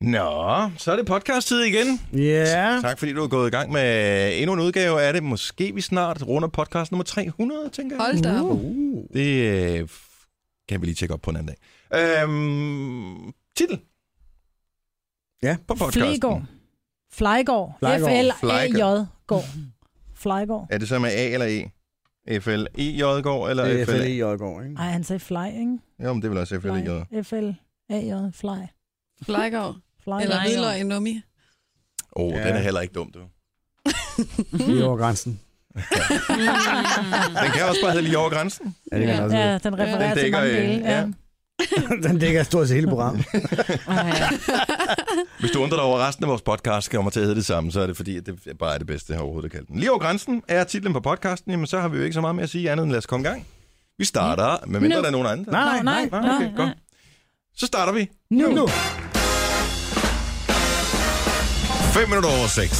Nå, så er det podcast-tid igen. Ja. Tak fordi du er gået i gang med endnu en udgave af det. Måske vi snart runder podcast nummer 300, tænker jeg. Hold da op. Uh. Det øh, kan vi lige tjekke op på en anden dag. Øhm, titel Ja. på podcasten. Flegård. Flejgård. Flejgård. F-L-A-J. Gård. Flejgård. Er det så med A eller E? FL E J går eller Det er FL? FLE i Aalborg, ikke? Ej, han sagde fly, ikke? Jo, men det vil også FL E J. F-L-A-J. Fly. Uh. Flejgaard. Fly. Eller hvidløg i nummi. Åh, oh, Ja. den er heller ikke dum, du. Lige over grænsen. Den kan også bare hedde lige over grænsen. Ja, det kan Ja. også Ja, være. den refererer Den til dækker, mange øh, dele. Ja. ja. Den dækker stort set hele programmet. Hvis du undrer dig over at resten af vores podcast, kommer til at hedde det samme, så er det fordi, at det bare er det bedste, jeg overhovedet kan den. Lige over grænsen er titlen på podcasten, jamen så har vi jo ikke så meget mere at sige andet end lad os komme i gang. Vi starter, med mindre Mm. Nu. der er nogen andre. Nej, nej, nej, okay, nej, godt. nej. Så starter vi. Nu. Nu. 5 minutter over 6.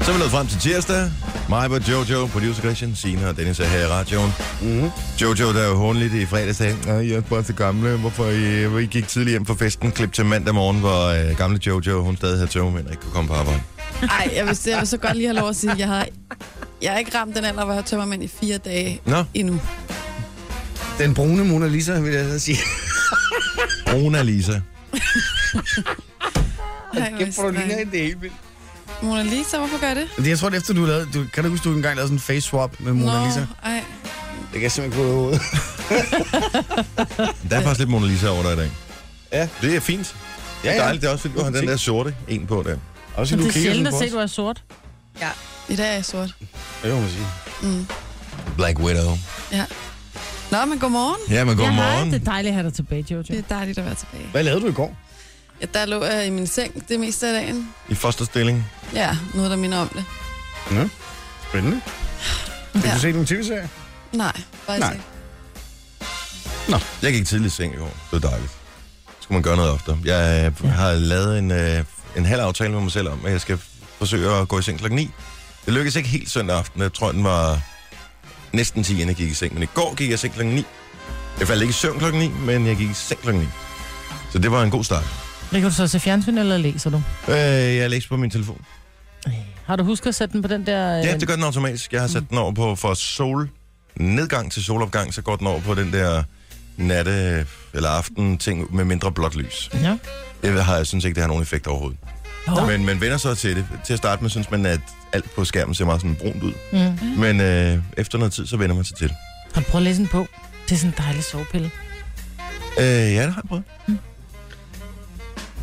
Så er vi nået frem til tirsdag. Mig var Jojo, producer Christian, Sina og Dennis er her i radioen. Mhm. Jojo, der er jo lidt i fredags, sagde, "Nå, jeg er bare til gamle, hvorfor I, hvor I gik tidligt hjem fra festen. Klip til mandag morgen, hvor øh, gamle Jojo, hun stadig havde tøvmænd og ikke kunne komme på arbejde. Ej, jeg vil, jeg vil så godt lige have lov at sige, at jeg har, jeg har ikke ramt den alder, hvor jeg har tømmermænd i fire dage Nå, endnu. Den brune Mona Lisa, vil jeg så sige. Rona Lisa. Ej, hvor er Kæft, hvor du det ligner strengt. i det hele vildt. Mona Lisa, hvorfor gør jeg det? Det, jeg tror, det er efter du lavede... Du, kan du huske, du engang lavede sådan en face swap med Mona Lisa? ej. Det kan jeg simpelthen ikke få ud af hovedet. Der er faktisk lidt Mona Lisa over dig i dag. Ja. Det er fint. Det er dejligt, det er også fint. Du har den der sorte en på der. Også du Men det er kigger sjældent sådan at på se, os. du er sort. I dag er jeg sort. Ja, Det må man sige. Mm. Black Widow. Nå, men godmorgen. Ja, men Ja, hej. godmorgen. Det er dejligt at have dig tilbage, Jojo. Det er dejligt at være tilbage. Hvad lavede du i går? Ja, der lå jeg i min seng det meste af dagen. I fosterstilling. Ja, noget, der minder om det. Spændende. Fik Ja. du set nogle tv-serier? Nej, faktisk Nej. ikke. Jeg gik tidligt i seng i går. Det var dejligt. Så Skulle man gøre noget oftere. Jeg øh, har lavet en, øh, en halv aftale med mig selv om, at jeg skal forsøge at gå i seng klokken 9. Det lykkedes ikke helt søndag aften. Jeg tror, den var næsten 10, inden jeg gik i seng. Men i går gik jeg i seng klokken 9. Jeg faldt ikke i søvn klokken 9, men jeg gik i seng klokken 9. Så det var en god start. Ligger du så til fjernsyn, eller læser du? Øh, jeg læste på min telefon. Har du husket at sætte den på den der... øh, Ja, det gør den automatisk. Jeg har Mm. sat den over på for solnedgang til solopgang, så går den over på den der natte- eller aften-ting med mindre blåt lys. Ja. Jeg har, jeg synes ikke, det har nogen effekt overhovedet. Nå. Men man vender så til det. Til at starte med synes man, at alt på skærmen ser meget sådan brunt ud. Mm. Men øh, efter noget tid, så vender man sig til det. Har du prøvet at læse den på? Det er sådan en dejlig sovepille. Øh, ja, det har jeg prøvet.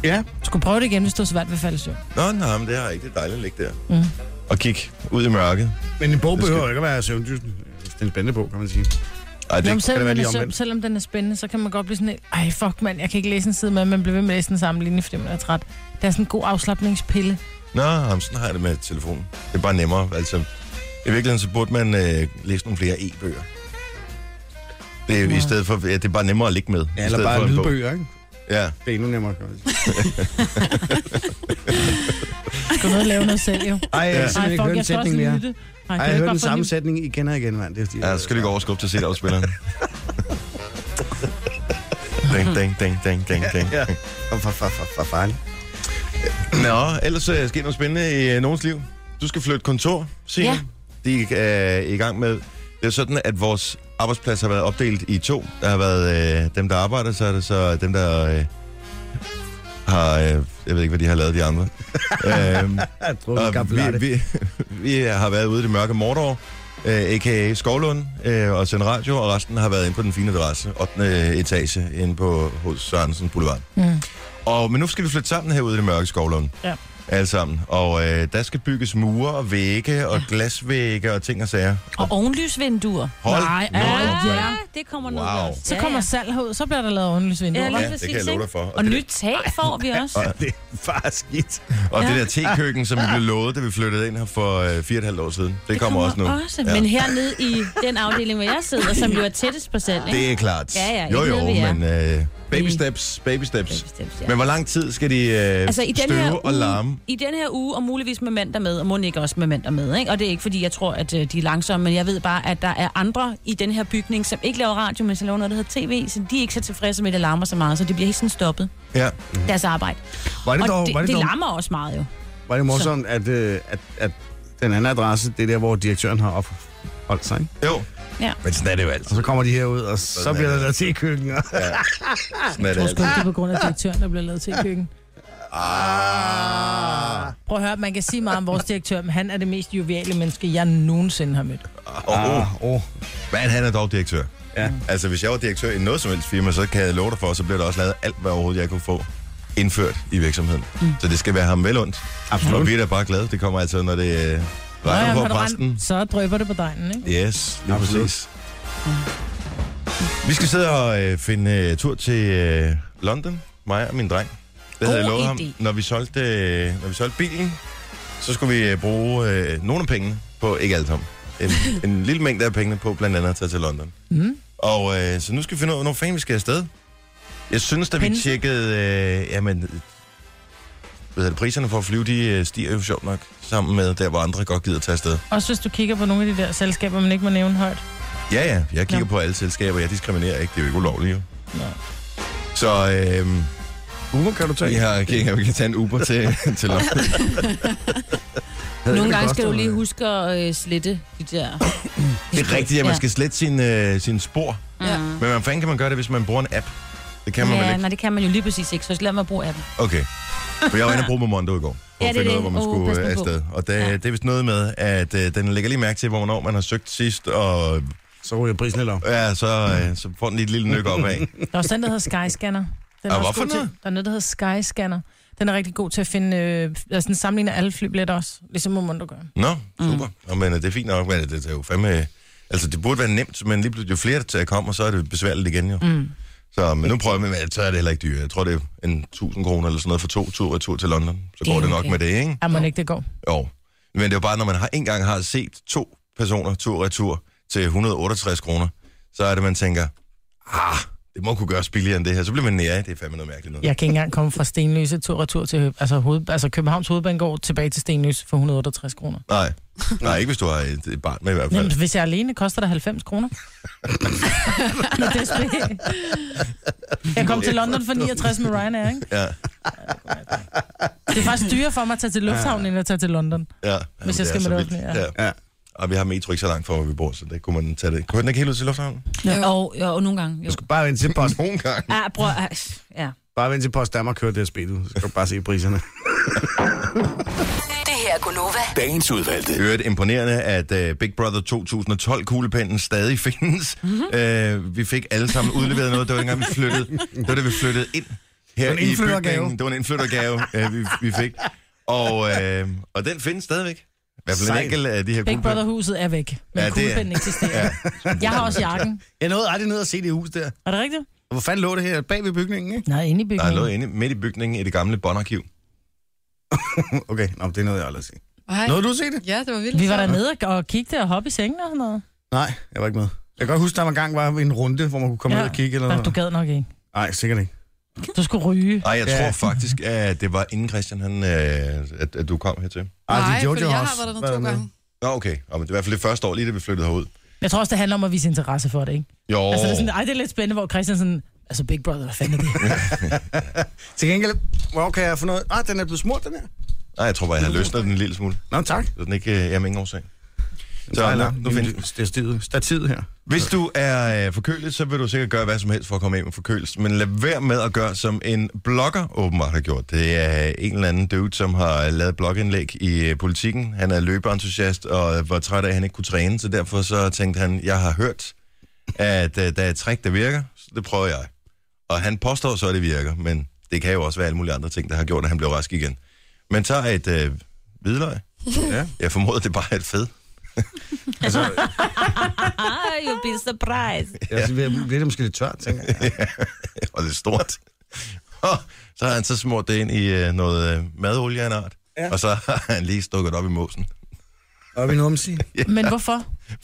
Ja. Du skulle prøve det igen, hvis du har svært ved at falde i søvn. Nå, nej, men det har jeg ikke. Det er dejligt at ligge der. Mm. Og kigge ud i mørket. Men en bog Det skal- behøver ikke at være søvndysende. Det er en spændende bog, kan man Ej, sige. det Nå, er men ikke... det selvom, være den er lige søvn, omvendt? selvom den er spændende, så kan man godt blive sådan lidt, ej fuck mand, jeg kan ikke læse en side med, men bliver ved med at læse den samme linje, fordi man er træt. Det er sådan en god afslappningspille. Nå, jamen, sådan har jeg det med telefonen. Det er bare nemmere. Altså, I virkeligheden, så burde man øh, læse nogle flere e-bøger. Det er, ja. Ja. i stedet for, ja, det er bare nemmere at ligge med. i Ja, eller stedet for bare en bog. lydbøger, ikke? Ja. Det er endnu nemmere, kan man sige. Skal du ned og lave noget selv, jo? Ej, jeg Ja. kan simpelthen ikke høre en sætning mere. lytte. Ej, Ej, jeg kan du hørte ikke den bare få samme lige- sætning igen og igen, mand. Det er fordi, Ja, så skal du ikke overskubbe til CD-afspilleren. ding, ding, ding, ding, ding, ding. Ja. Og for, for, for, for farligt. Nå, ellers øh, sker noget spændende i øh, nogens liv. Du skal flytte kontor, Signe. Ja. Ja. De er øh, i gang med... Det er sådan, at vores arbejdsplads har været opdelt i to. Der har været øh, dem, der arbejder, så er det så dem, der øh, har... Øh, jeg ved ikke, hvad de har lavet, de andre. øhm, Jeg tror, vi og skal vi, vi, vi har været ude i det mørke Mordor, øh, a.k.a. Skovlund, øh, og sendt radio, og resten har været inde på den fine adresse, 8. etage, inde på hos Sørensen Boulevard. Mm. Og, men nu skal vi flytte sammen herude i det mørke skovlund. Ja. Alle sammen. Og øh, der skal bygges mure og vægge og glasvægge og ting og sager. Og ovenlysvinduer. Hold Nej, nu ja, op, mand. Ja, det kommer noget Wow. også. Så kommer salg herud, så bliver der lavet ovenlysvinduer. Ja, Ja, lige Ja, det kan jeg præcis, love ikke? dig for. Og det nyt tag får vi også. Og- Det er bare skidt. Og det der tekøkken, som vi blev lovet, da vi flyttede ind her for øh, fire og et halvt år siden, det, Det kommer, også nu. Også. Ja. Men hernede i den afdeling, hvor jeg sidder, som jo er tættest på salg, ikke? Det er klart. Ja, ja, jo, ikke jo, noget, vi er. men øh, Baby steps, baby steps. steps, ja. Men hvor lang tid skal de øh, Altså i den støve her og larme? uge, i den her uge, og muligvis med mandag med, og må ikke også med mandag med, ikke? Og det er ikke, fordi jeg tror, at øh, de er langsomme, men jeg ved bare, at der er andre i den her bygning, som ikke laver radio, men som laver noget, der hedder tv, så de er ikke så tilfredse med, at det larmer så meget, så det bliver helt sådan stoppet, Ja. deres arbejde. Var det, Og dog, det, var det, det, dog, larmer også meget jo. var det morsomt, at, øh, at, at den anden adresse, det er der, hvor direktøren har opholdt sig, ikke? Jo. Ja. Men sådan er det jo Og altid. så kommer de herud, og så Sådan er bliver der det. Ah. lavet til i køkkenet. Sådan er Jeg det tror sgu altid. ikke, det er på grund af direktøren, der bliver lavet til i køkken. Ah. Prøv at høre, man kan sige meget om vores direktør, men han er det mest joviale menneske, jeg nogensinde har mødt. Oh, oh. oh. Men han er dog direktør. Ja. Altså, hvis jeg var direktør i noget som helst firma, så kan jeg love dig for, så bliver der også lavet alt, hvad overhovedet jeg kunne få indført i virksomheden. Mm. Så det skal være ham vel ondt. Absolut. Og vi er da bare glade. Det kommer altså, når det øh, regner Nå på har du præsten. rent- så drøber det på dejen, ikke? Yes, lige Absolut. præcis. Vi skal sidde og øh, finde øh, tur til øh, London, mig og min dreng. Det havde jeg God lovet ham. idé. Når vi, solgte, øh, når vi solgte bilen, så skulle vi øh, bruge øh, nogle af pengene på, ikke alt sammen, en, en lille mængde af pengene på blandt andet at tage til London. Mm. Og øh, så nu skal vi finde ud af, hvornår fanden vi skal afsted. Jeg synes, da vi Penge. tjekkede, øh, jamen, øh, hvad hedder det, priserne for at flyve, de øh, stiger jo sjovt nok sammen med der, hvor andre godt gider tage afsted. Også hvis du kigger på nogle af de der selskaber, man ikke må nævne højt. Ja, ja. Jeg kigger Nå. på alle selskaber. Jeg diskriminerer ikke. Det er jo ikke ulovligt, jo. Nå. Så øh, Uber kan du tage? vi, har, kan, vi kan tage en Uber til, til London. Havde Nogle det gange skal du kostet, lige øh, huske at øh, slette de der... Det er rigtigt, at man Ja. skal slette sin, øh, sin spor. Ja. Mm. Men hvordan fanden kan man gøre det, hvis man bruger en app? Det kan man vel Ja, ikke? nej, det kan man jo lige præcis ikke, så lad mig bruge appen. Okay. For jeg var inde og bruge Momondo i går. For Ja, at det er finde ud af, hvor det. man skulle Åh, pas øh, nu på. afsted. Og det, Ja. det er vist noget med, at øh, den lægger lige mærke til, hvornår man har søgt sidst. Og Så ryger prisen lidt op. ja, så, øh, så får den lige et lille nyk op af. Mm. Der er også den, der hedder Skyscanner. Den Og også hvorfor god til, noget? Der er noget, der hedder Skyscanner. Den er rigtig god til at finde, øh, altså den sammenligner alle flybilletter også, ligesom Momondo gør. Nå, super. Mm. Nå, men øh, det er fint nok, men det er jo fandme... øh, Altså, det burde være nemt, men lige pludselig, jo flere der kommer, så er det besværligt igen, jo. Mm. Så, men nu prøver vi, men så er det heller ikke dyrt. Jeg tror, det er en 1000 kroner eller sådan noget for to tur retur til London. Så Det er går det nok okay. med det, ikke? Er man ikke, det går. Jo. Men det er jo bare, når man har engang har set to personer tur retur til 168 kroner, så er det, man tænker, ah, det må kunne gøres billigere end det her. Så bliver man nære, det er fandme noget mærkeligt noget. Jeg kan ikke engang komme fra Stenløse tur retur til Hø- altså, hoved, altså Københavns Hovedbanegård tilbage til Stenløse for 168 kroner. Nej. Nej, ikke hvis du har et, et barn med i hvert fald. Jamen, hvis jeg er alene, koster det 90 kroner. Når det er spil. jeg kom til London for 69 med Ryanair, ikke? Ja, Det er faktisk dyrere for mig at tage til lufthavnen, end at tage til London. ja. Hvis Jamen, jeg det skal er så med det vildt. offentlige, ja. Ja. Og vi har metro ikke så langt fra, hvor vi bor, så det kunne man tage det. Kunne den ikke helt ud til lufthavnen? Jo. Og, jo, Ah, og nogle gange, jo. Du skal bare vente til post. Nogle gange. Ja, bror, ej, ja. Bare vente til post Danmark kører DSB, du. Så skal du bare se priserne. Det her er Gunova. Dagens udvalgte. Det er imponerende, at uh, Big Brother 2012 kuglepennen stadig findes. Mm-hmm. Mhm. Uh, vi fik alle sammen udleveret noget. Det var dengang, vi flyttede. Det var da vi flyttede ind her Det var en i indflyttergave. bygningen. Det var en indflyttergave, uh, vi, vi fik. Og, uh, og den findes stadigvæk. I hvert fald en Sejt. enkelt af de her Big kuglepenne. Brother-huset er væk, men Ja, ja, det er- kuglepinden eksisterer. Ja. Jeg har også jakken. Jeg nåede aldrig ned og se det hus der. Er det rigtigt? Og hvor fanden lå det her? Bag ved bygningen, ikke? Nej, inde i Der lå bygningen. inde midt i bygningen i det gamle båndarkiv. Okay, nå, det nåede jeg aldrig at se. Ej. Nåede du at se det? Ja, det var vildt. Vi var dernede og- og kiggede og hoppe i sengen og sådan noget. Nej, jeg var ikke med. Jeg kan godt huske, der var en gang var en runde, hvor man kunne komme ja. ned og kigge eller Nå, noget. Du gad nok ikke. Nej, sikkert ikke. Du skulle ryge. Ej, jeg Ja. tror faktisk, at det var inden Christian, han, uh, at, at du kom hertil. Ej, det er Nej, Ah, Jojo fordi jeg har også. været Hvad dernede er to det? gange. Nå, okay. Og, men det er i hvert fald det første år, lige da vi flyttede herud. Jeg tror også, det handler om at vise interesse for det, ikke? Jo. Altså, det er sådan, ej, det er lidt spændende, hvor Christian sådan, altså Big Brother, hvad fanden er det? Til gengæld, hvor kan jeg få noget? Ah, den er blevet smurt, den her. Nej, jeg tror bare, jeg har løsnet den en lille smule. Nå, tak. Så den ikke øh, er med ingen årsag. Nej, Så nej, nu, nu finder det er stivet. Stativet her. Hvis du er øh, forkølet, så vil du sikkert gøre hvad som helst for at komme af med forkølelse. Men lad være med at gøre, som en blogger åbenbart har gjort. Det er øh, en eller anden dude, som har øh, lavet blogindlæg i øh, politikken. Han er løbeentusiast og øh, var træt af, at han ikke kunne træne. Så derfor så tænkte han, jeg har hørt, at øh, der er et trick, der virker. Så det prøver jeg. Og han påstår så, at det virker. Men det kan jo også være alle mulige andre ting, der har gjort, at han blev rask igen. Man tager et øh, hvidløg. Ja. Jeg formoder, det bare er et fed. Ej, Ah, you'll be surprised. Jeg bliver bliver det måske lidt tørt, tænker jeg. og det er stort. Og så har han så smurt det ind i øh, noget øh, madolie af en art, ja. og så har han lige stukket det op i måsen. Op i numsi. Men hvorfor?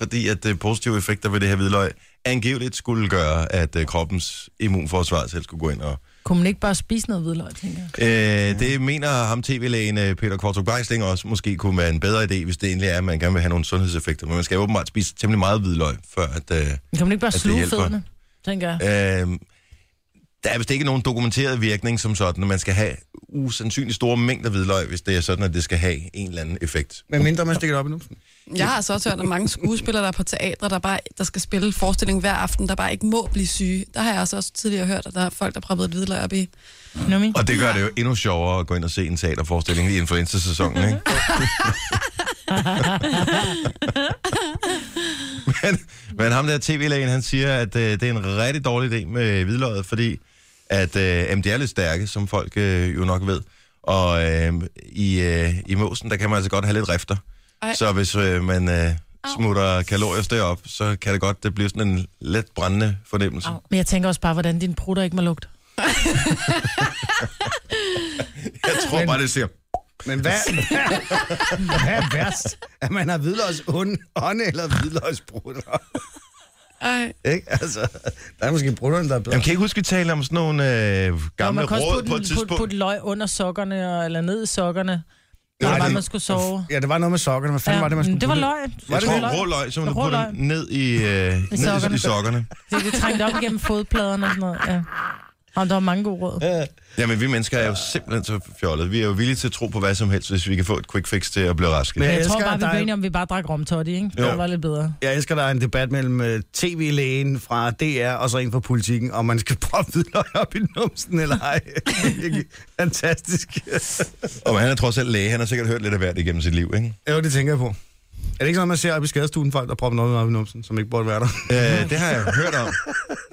fordi at øh, positive effekter ved det her hvidløg angiveligt skulle gøre, at øh, kroppens immunforsvar selv skulle gå ind og... Kunne man ikke bare spise noget hvidløg, tænker jeg? Øh, det mener ham tv-lægen øh, Peter Kvartrup Geisling også måske kunne være en bedre idé, hvis det egentlig er, at man gerne vil have nogle sundhedseffekter. Men man skal åbenbart spise temmelig meget hvidløg, før at... Øh, Kan man ikke bare det sluge hjælper. fødderne, tænker jeg? Øh, der er vist ikke nogen dokumenteret virkning som sådan, man skal have usandsynligt store mængder hvidløg, hvis det er sådan, at det skal have en eller anden effekt. Men mindre man stikker det op i numsen. Jeg har altså også hørt om mange skuespillere, der er på teatre, der, bare, der skal spille forestilling hver aften, der bare ikke må blive syge. Der har jeg altså også tidligere hørt, at der er folk, der har proppet et hvidløg op i. Nummi? Og det gør det jo endnu sjovere at gå ind og se en teaterforestilling i influenza-sæsonen, ikke? men, men ham der tv-lægen, han siger, at øh, det er en rigtig dårlig idé med hvidløget, fordi at øh, jamen, det er lidt stærke, som folk øh, jo nok ved. Og øh, i, øh, i måsen, der kan man altså godt have lidt rifter. Ej. Så hvis øh, man øh, smutter kalorier derop, så kan det godt det blive sådan en let brændende fornemmelse. Au. Men jeg tænker også bare, hvordan din prutter ikke må lugte. Jeg tror bare, det siger... Men hvad, hvad er værst? At man har hvidløgsånde eller hvidløgsbrutter? Ej, Ikke? Altså, der er måske brutterne, der er bedre. Jamen, kan I ikke huske, vi talte om sådan nogle øh, gamle man kan også råd putte, på et putte, tidspunkt? putte løg under sokkerne, og, eller ned i sokkerne, Nej, når det var, det- man skulle sove. Ja, det var noget med sokkerne. Hvad fanden ja, var det, man skulle men det var putte? løg. Jeg det tror, løg? rå løg, så man Rå putter løg. den ned i, øh, ned sokkerne. sokkerne. i sokkerne. Det, det trængte op igennem fodpladerne og sådan noget. Ja. Og der var mange gode råd. Jamen, vi mennesker er jo simpelthen så fjollede. Vi er jo villige til at tro på hvad som helst, hvis vi kan få et quick fix til at blive raske. Men- Men... Jeg, jeg tror elsker, bare, at vi der er- blev enige om, vi bare drak romtotti, ikke? Jo. Det var lidt bedre. Jeg elsker, der er en debat mellem øh, tv-lægen fra DR og så en fra politikken, om man skal proppe hvidløg op i numsen eller ej. Ikke? Fantastisk. Og han er trods alt læge. Han har sikkert hørt lidt af hvert igennem sit liv, ikke? jo, det tænker jeg på. Er det ikke sådan, man ser op i skadestuen, folk, der propper noget op i numsen, som ikke burde være der? Øh, det har jeg hørt om.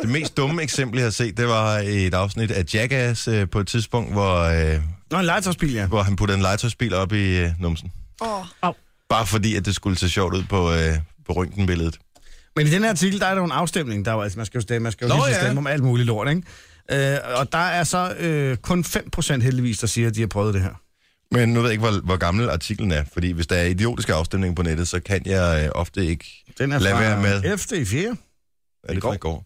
Det mest dumme eksempel, jeg har set, det var et afsnit af Jackass øh, på et tidspunkt, hvor, øh, Nå, en legetøjsbil, ja. hvor han puttede en legetøjsbil op i øh, numsen. åh, Bare fordi, at det skulle se sjovt ud på, øh, på røntgenbilledet. Men i den her artikel, der er der jo en afstemning. Der er jo, altså, man skal jo stemme, man skal jo Nå, Nå, ja. ja. stemme om alt muligt lort, ikke? Øh, og der er så øh, kun 5% heldigvis, der siger, at de har prøvet det her. Men nu ved jeg ikke, hvor, hvor gammel artiklen er, fordi hvis der er idiotiske afstemninger på nettet, så kan jeg øh, ofte ikke... Den er Lad fra være med. efter i 4. Er det går. fra i går?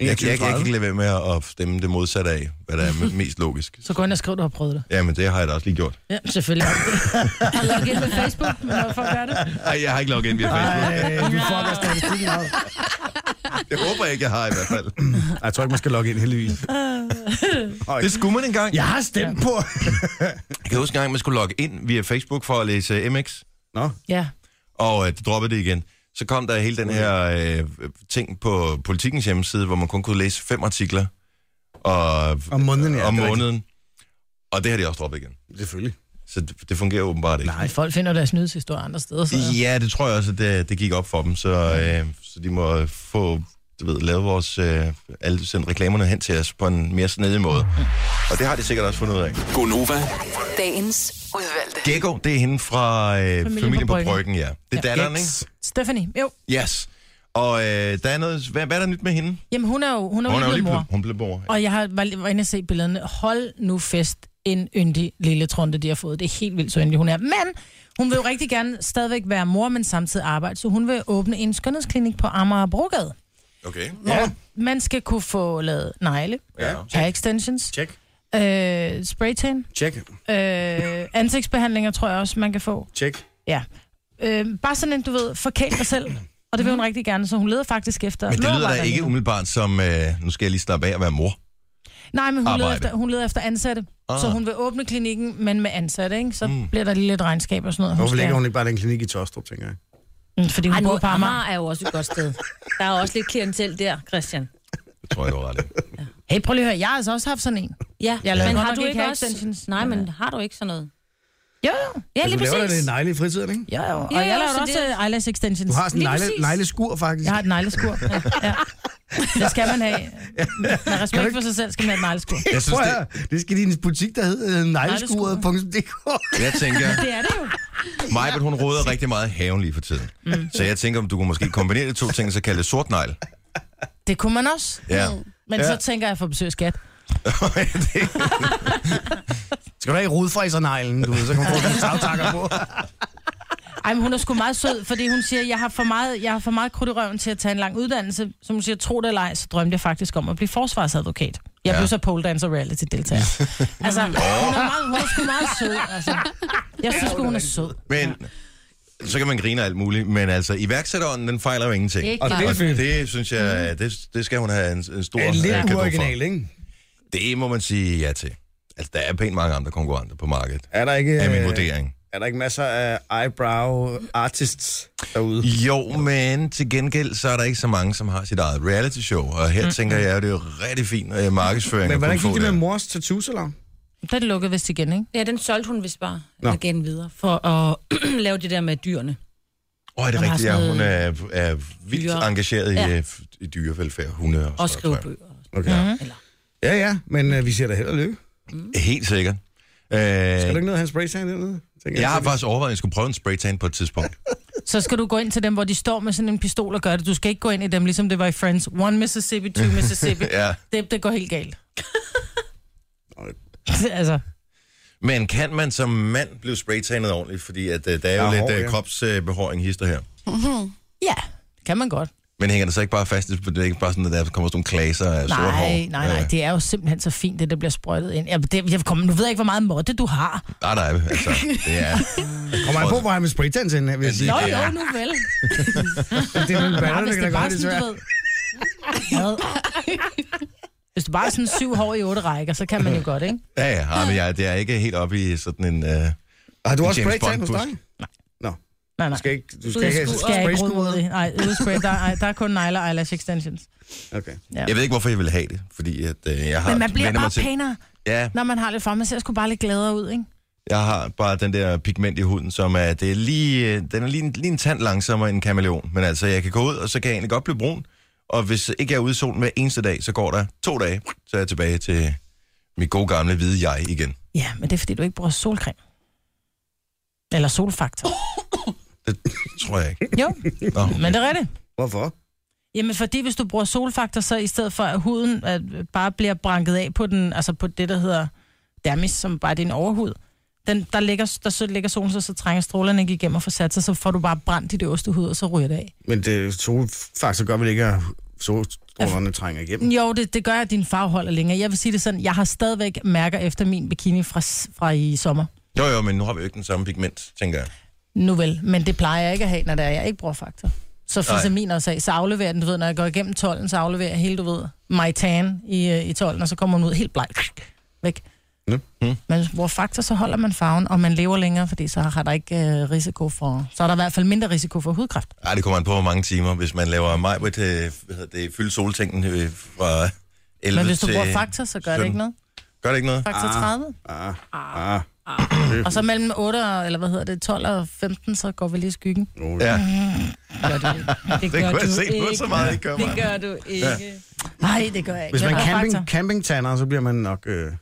Jeg, jeg, jeg, jeg kan 21.30. ikke lade være med at stemme det modsatte af, hvad der er m- mest logisk. Så gå ind og skriv, du har prøvet det. Jamen, det har jeg da også lige gjort. Ja, selvfølgelig. Jeg har logget ind på Facebook, men hvorfor gør det? Nej, jeg har ikke logget ind via Facebook. Ej, du fucker statistikken op. Det håber jeg ikke, jeg har i hvert fald. Ej, Jeg tror ikke, man skal logge ind, heldigvis. Det skulle man engang. Jeg har stemt på... Jeg kan huske engang, man skulle logge ind via Facebook for at læse øh, MX, Nå, Ja. og øh, det droppede det igen. Så kom der hele den her øh, ting på politikens hjemmeside, hvor man kun kunne læse fem artikler og, om måneden, ja. om det er måneden. Og det har de også droppet igen. rigtigt. Selvfølgelig. Så det, det fungerer åbenbart ikke. Men folk finder deres nyhedshistorie andre steder, så ja. Ja, det tror jeg også, at det, det gik op for dem, så, øh, så de må øh, få du ved, lavet vores, øh, alle sende reklamerne hen til os på en mere snedig måde. Og det har de sikkert også fundet ud af. Gonova, Dagens udvalgte. Gekko, det er hende fra øh, Familien, Familien på, Bryggen. ja. Det er ja. datteren, ikke? Stephanie, jo. Yes. Og øh, der er noget, hvad, hvad er der nyt med hende? Jamen, hun er jo, hun er Hun er jo lige mor. blevet, hun blev mor. Og jeg har var, lige- var inde og se billederne. Hold nu fest en yndig lille trunte, de har fået. Det er helt vildt, så yndig hun er. Men hun vil jo rigtig gerne stadigvæk være mor, men samtidig arbejde. Så hun vil åbne en skønhedsklinik på Amager Brogade. Okay. Ja. Man skal kunne få lavet negle, Ja. hair extensions, Check. øh, spraytan, Check. øh, ansigtsbehandlinger, tror jeg også, man kan få. Check. Ja. Øh, bare sådan en, du ved, forkæl dig selv. Og det vil hun rigtig gerne, så hun leder faktisk efter... Men det lyder da medarbejdere ikke nu. umiddelbart som, øh, nu skal jeg lige slappe af og være mor. Nej, men hun leder, Arbejde. efter, hun leder efter ansatte. Ah. Ah. Så hun vil åbne klinikken, men med ansatte, ikke? Så mm. bliver der lige lidt regnskab og sådan noget. Hvorfor ligger hun ikke bare den klinik i Tostrup, tænker jeg? Mm, Fordi hun Ej, Ej, nu, bor på Amager. Amager er jo også et godt sted. Der er også lidt klientel der, Christian. Det tror jeg, du har ret i. Hey, prøv lige at høre, jeg har altså også haft sådan en. Ja, Jeg lavede men godt har nok du ikke ikke hair også... extensions. Nej, men har du ikke sådan noget? Jo, jo. Ja, Altså, lige du laver da præcis. det nejle i fritiden, ikke? Jo, jo. Og Ja, jeg jo, laver så også det- øh, eyelash extensions. Du har sådan en Lige negle, præcis. negleskur, faktisk. Jeg har et negleskur. Ja. ja. Det skal man have. Med respekt for sig selv skal man have et negleskur. Jeg synes, Prøv det, det... det skal i en butik, der hedder øh, negleskuret.dk. jeg tænker, Det er det jo. Majbert, hun råder rigtig meget i haven lige for tiden. Mm. Så jeg tænker, om du kunne måske kombinere de to ting, så kalde det sort negl. Det kunne man også. Ja. Mm. Men ja. så tænker jeg, at jeg får besøg af skat. Skal du have i rodfræserneglen, du ved, så kan man få en savtakker på. Ej, men hun er sgu meget sød, fordi hun siger, jeg har for meget, jeg har for meget krudt i røven til at tage en lang uddannelse. Som hun siger, tro det eller ej, så drømte jeg faktisk om at blive forsvarsadvokat. Jeg Ja. blev så pole dancer reality deltager. altså, hun er, meget, hun er sgu meget sød. Altså. Jeg synes sgu, hun er sød. Men så kan man grine af alt muligt, men altså iværksætteren, den fejler jo ingenting. Ikke Og det er Og fedt. det synes jeg, det, det skal hun have en, en stor Det er lidt cadeau uoriginal, ikke? for. Det må man sige ja til. Altså, der er pænt mange andre konkurrenter på markedet, Er der ikke, er min øh, vurdering. er der ikke masser af eyebrow artists derude? Jo, men til gengæld, så er der ikke så mange, som har sit eget reality show. Og her mm. tænker jeg, at det er jo rigtig fint øh, markedsføring. Men at hvordan kunne gik det få med mors tattoo-salon? Den lukkede vist igen, ikke? Ja, den solgte hun vist bare Nå. igen videre, for at lave det der med dyrene. Åh, oh, er det Hun har rigtigt? Ja, sådan hun er, er vildt dyre- engageret i, Ja. øh, f- i dyrevelfærd, hunde og, sådan Og noget, tror skrive jeg. bøger. Okay. Eller, Ja, ja, men øh, vi siger da held og lykke. Helt sikkert. Øh, Skal du ikke ned og have en spraytan dernede? Tænker jeg har tænker- faktisk overvejet, at jeg skulle prøve en spraytan på et tidspunkt. Så skal du gå ind til dem, hvor de står med sådan en pistol og gør det. Du skal ikke gå ind i dem, ligesom det var i Friends. One Mississippi, two Mississippi. ja. det, det går helt galt. altså, Men kan man som mand blive spraytanet ordentligt? Fordi at, øh, der er jo Ja, lidt hår, øh, ja. kropsbehåring hister her. Mm-hmm. ja, kan man godt. Men hænger det så ikke bare fast? Det er ikke bare sådan, at der kommer sådan nogle klaser af sort hår? Nej, nej, nej, Øh, det er jo simpelthen så fint, det der bliver sprøjtet ind. Ja, men det, jeg kom, nu ved jeg ikke, hvor meget måtte du har. Nej, nej, altså, det er... Kommer han på, hvor han med spraytan til, vil jeg sige. Ja, Nå det er- jo, nu vel. Det er nogle Bare, baller, der hvis kan da godt det bare være lidt sådan, du svært. ved. Hvad? Hvis du bare er sådan syv hår i otte rækker, så kan man jo godt, ikke? Ja, ja, ja, men jeg, det er ikke helt oppe i sådan en... Øh, Har du også James spraytan hos Bond-bus. dig? Nå, Nej, du nej. skal ikke, du skal Ude i ikke have skud- Skal jeg ikke sprayskud. rode ud i? Nej, udspray, der, ej, der er kun negle og eyelash extensions. Okay. jeg ved ikke, hvorfor jeg vil have det, fordi at, øh, jeg har... Men man bliver vender mig bare pænere, Ja, når man har lidt for. Man ser sgu bare lidt gladere ud, ikke? jeg har bare den der pigment i huden, som er... Det er lige, øh, den er lige, en- lige en tand langsommere end en kameleon. Men altså, jeg kan gå ud, og så kan jeg egentlig godt blive brun. Og hvis ikke jeg er ude i solen hver eneste dag, så går der to dage, så er jeg tilbage til mit gode gamle hvide jeg igen. Ja, men det er, fordi du ikke bruger solcreme. Eller solfaktor. Det tror jeg ikke. Jo, Nå, men det er rigtigt. Hvorfor? Jamen, fordi hvis du bruger solfaktor, så i stedet for, at huden at bare bliver branket af på, den, altså på det, der hedder dermis, som bare er din overhud, den, der, ligger, der så ligger solen, så, så trænger strålerne ikke igennem og får sat sig, så får du bare brændt i det øverste hud, og så ryger det af. Men det solfaktor gør vel ikke, at solstrålerne trænger igennem? Jo, det, det gør, at din farvehold er længere. Jeg vil sige det sådan, jeg har stadigvæk mærker efter min bikini fra, s- fra i sommer. Jo, jo, men nu har vi jo ikke den samme pigment, tænker jeg. Nu vel, men det plejer jeg ikke at have, når det er, jeg ikke bruger faktor. Så Nej. vitamin også af, så afleverer den, du ved, når jeg går igennem tolden, så afleverer jeg hele, du ved, my tan i, øh, i tolden, og så kommer hun ud helt bleg væk. Ja. Mm. Men hvor faktor, så holder man farven, og man lever længere, fordi så har der ikke øh, risiko for, så er der i hvert fald mindre risiko for hudkræft. Ej, det kommer an på, hvor mange timer. Hvis man laver mig på det, det fylde soltænken øh, fra 11 Men hvis du til... bruger faktor, så gør det sytten. ikke noget. Gør det ikke noget? Faktor 30. Ah, ah. Og så mellem 8 og, eller hvad hedder det, 12 og 15, så går vi lige i skyggen. Ja, Gør du ikke. Det det gør kunne jeg du se. Det var ikke. så meget, det gør Det mig. gør du ikke. Nej, det gør jeg ikke. Hvis Jeg man bruger Faktor. camping, campingtanner, så bliver man nok øh,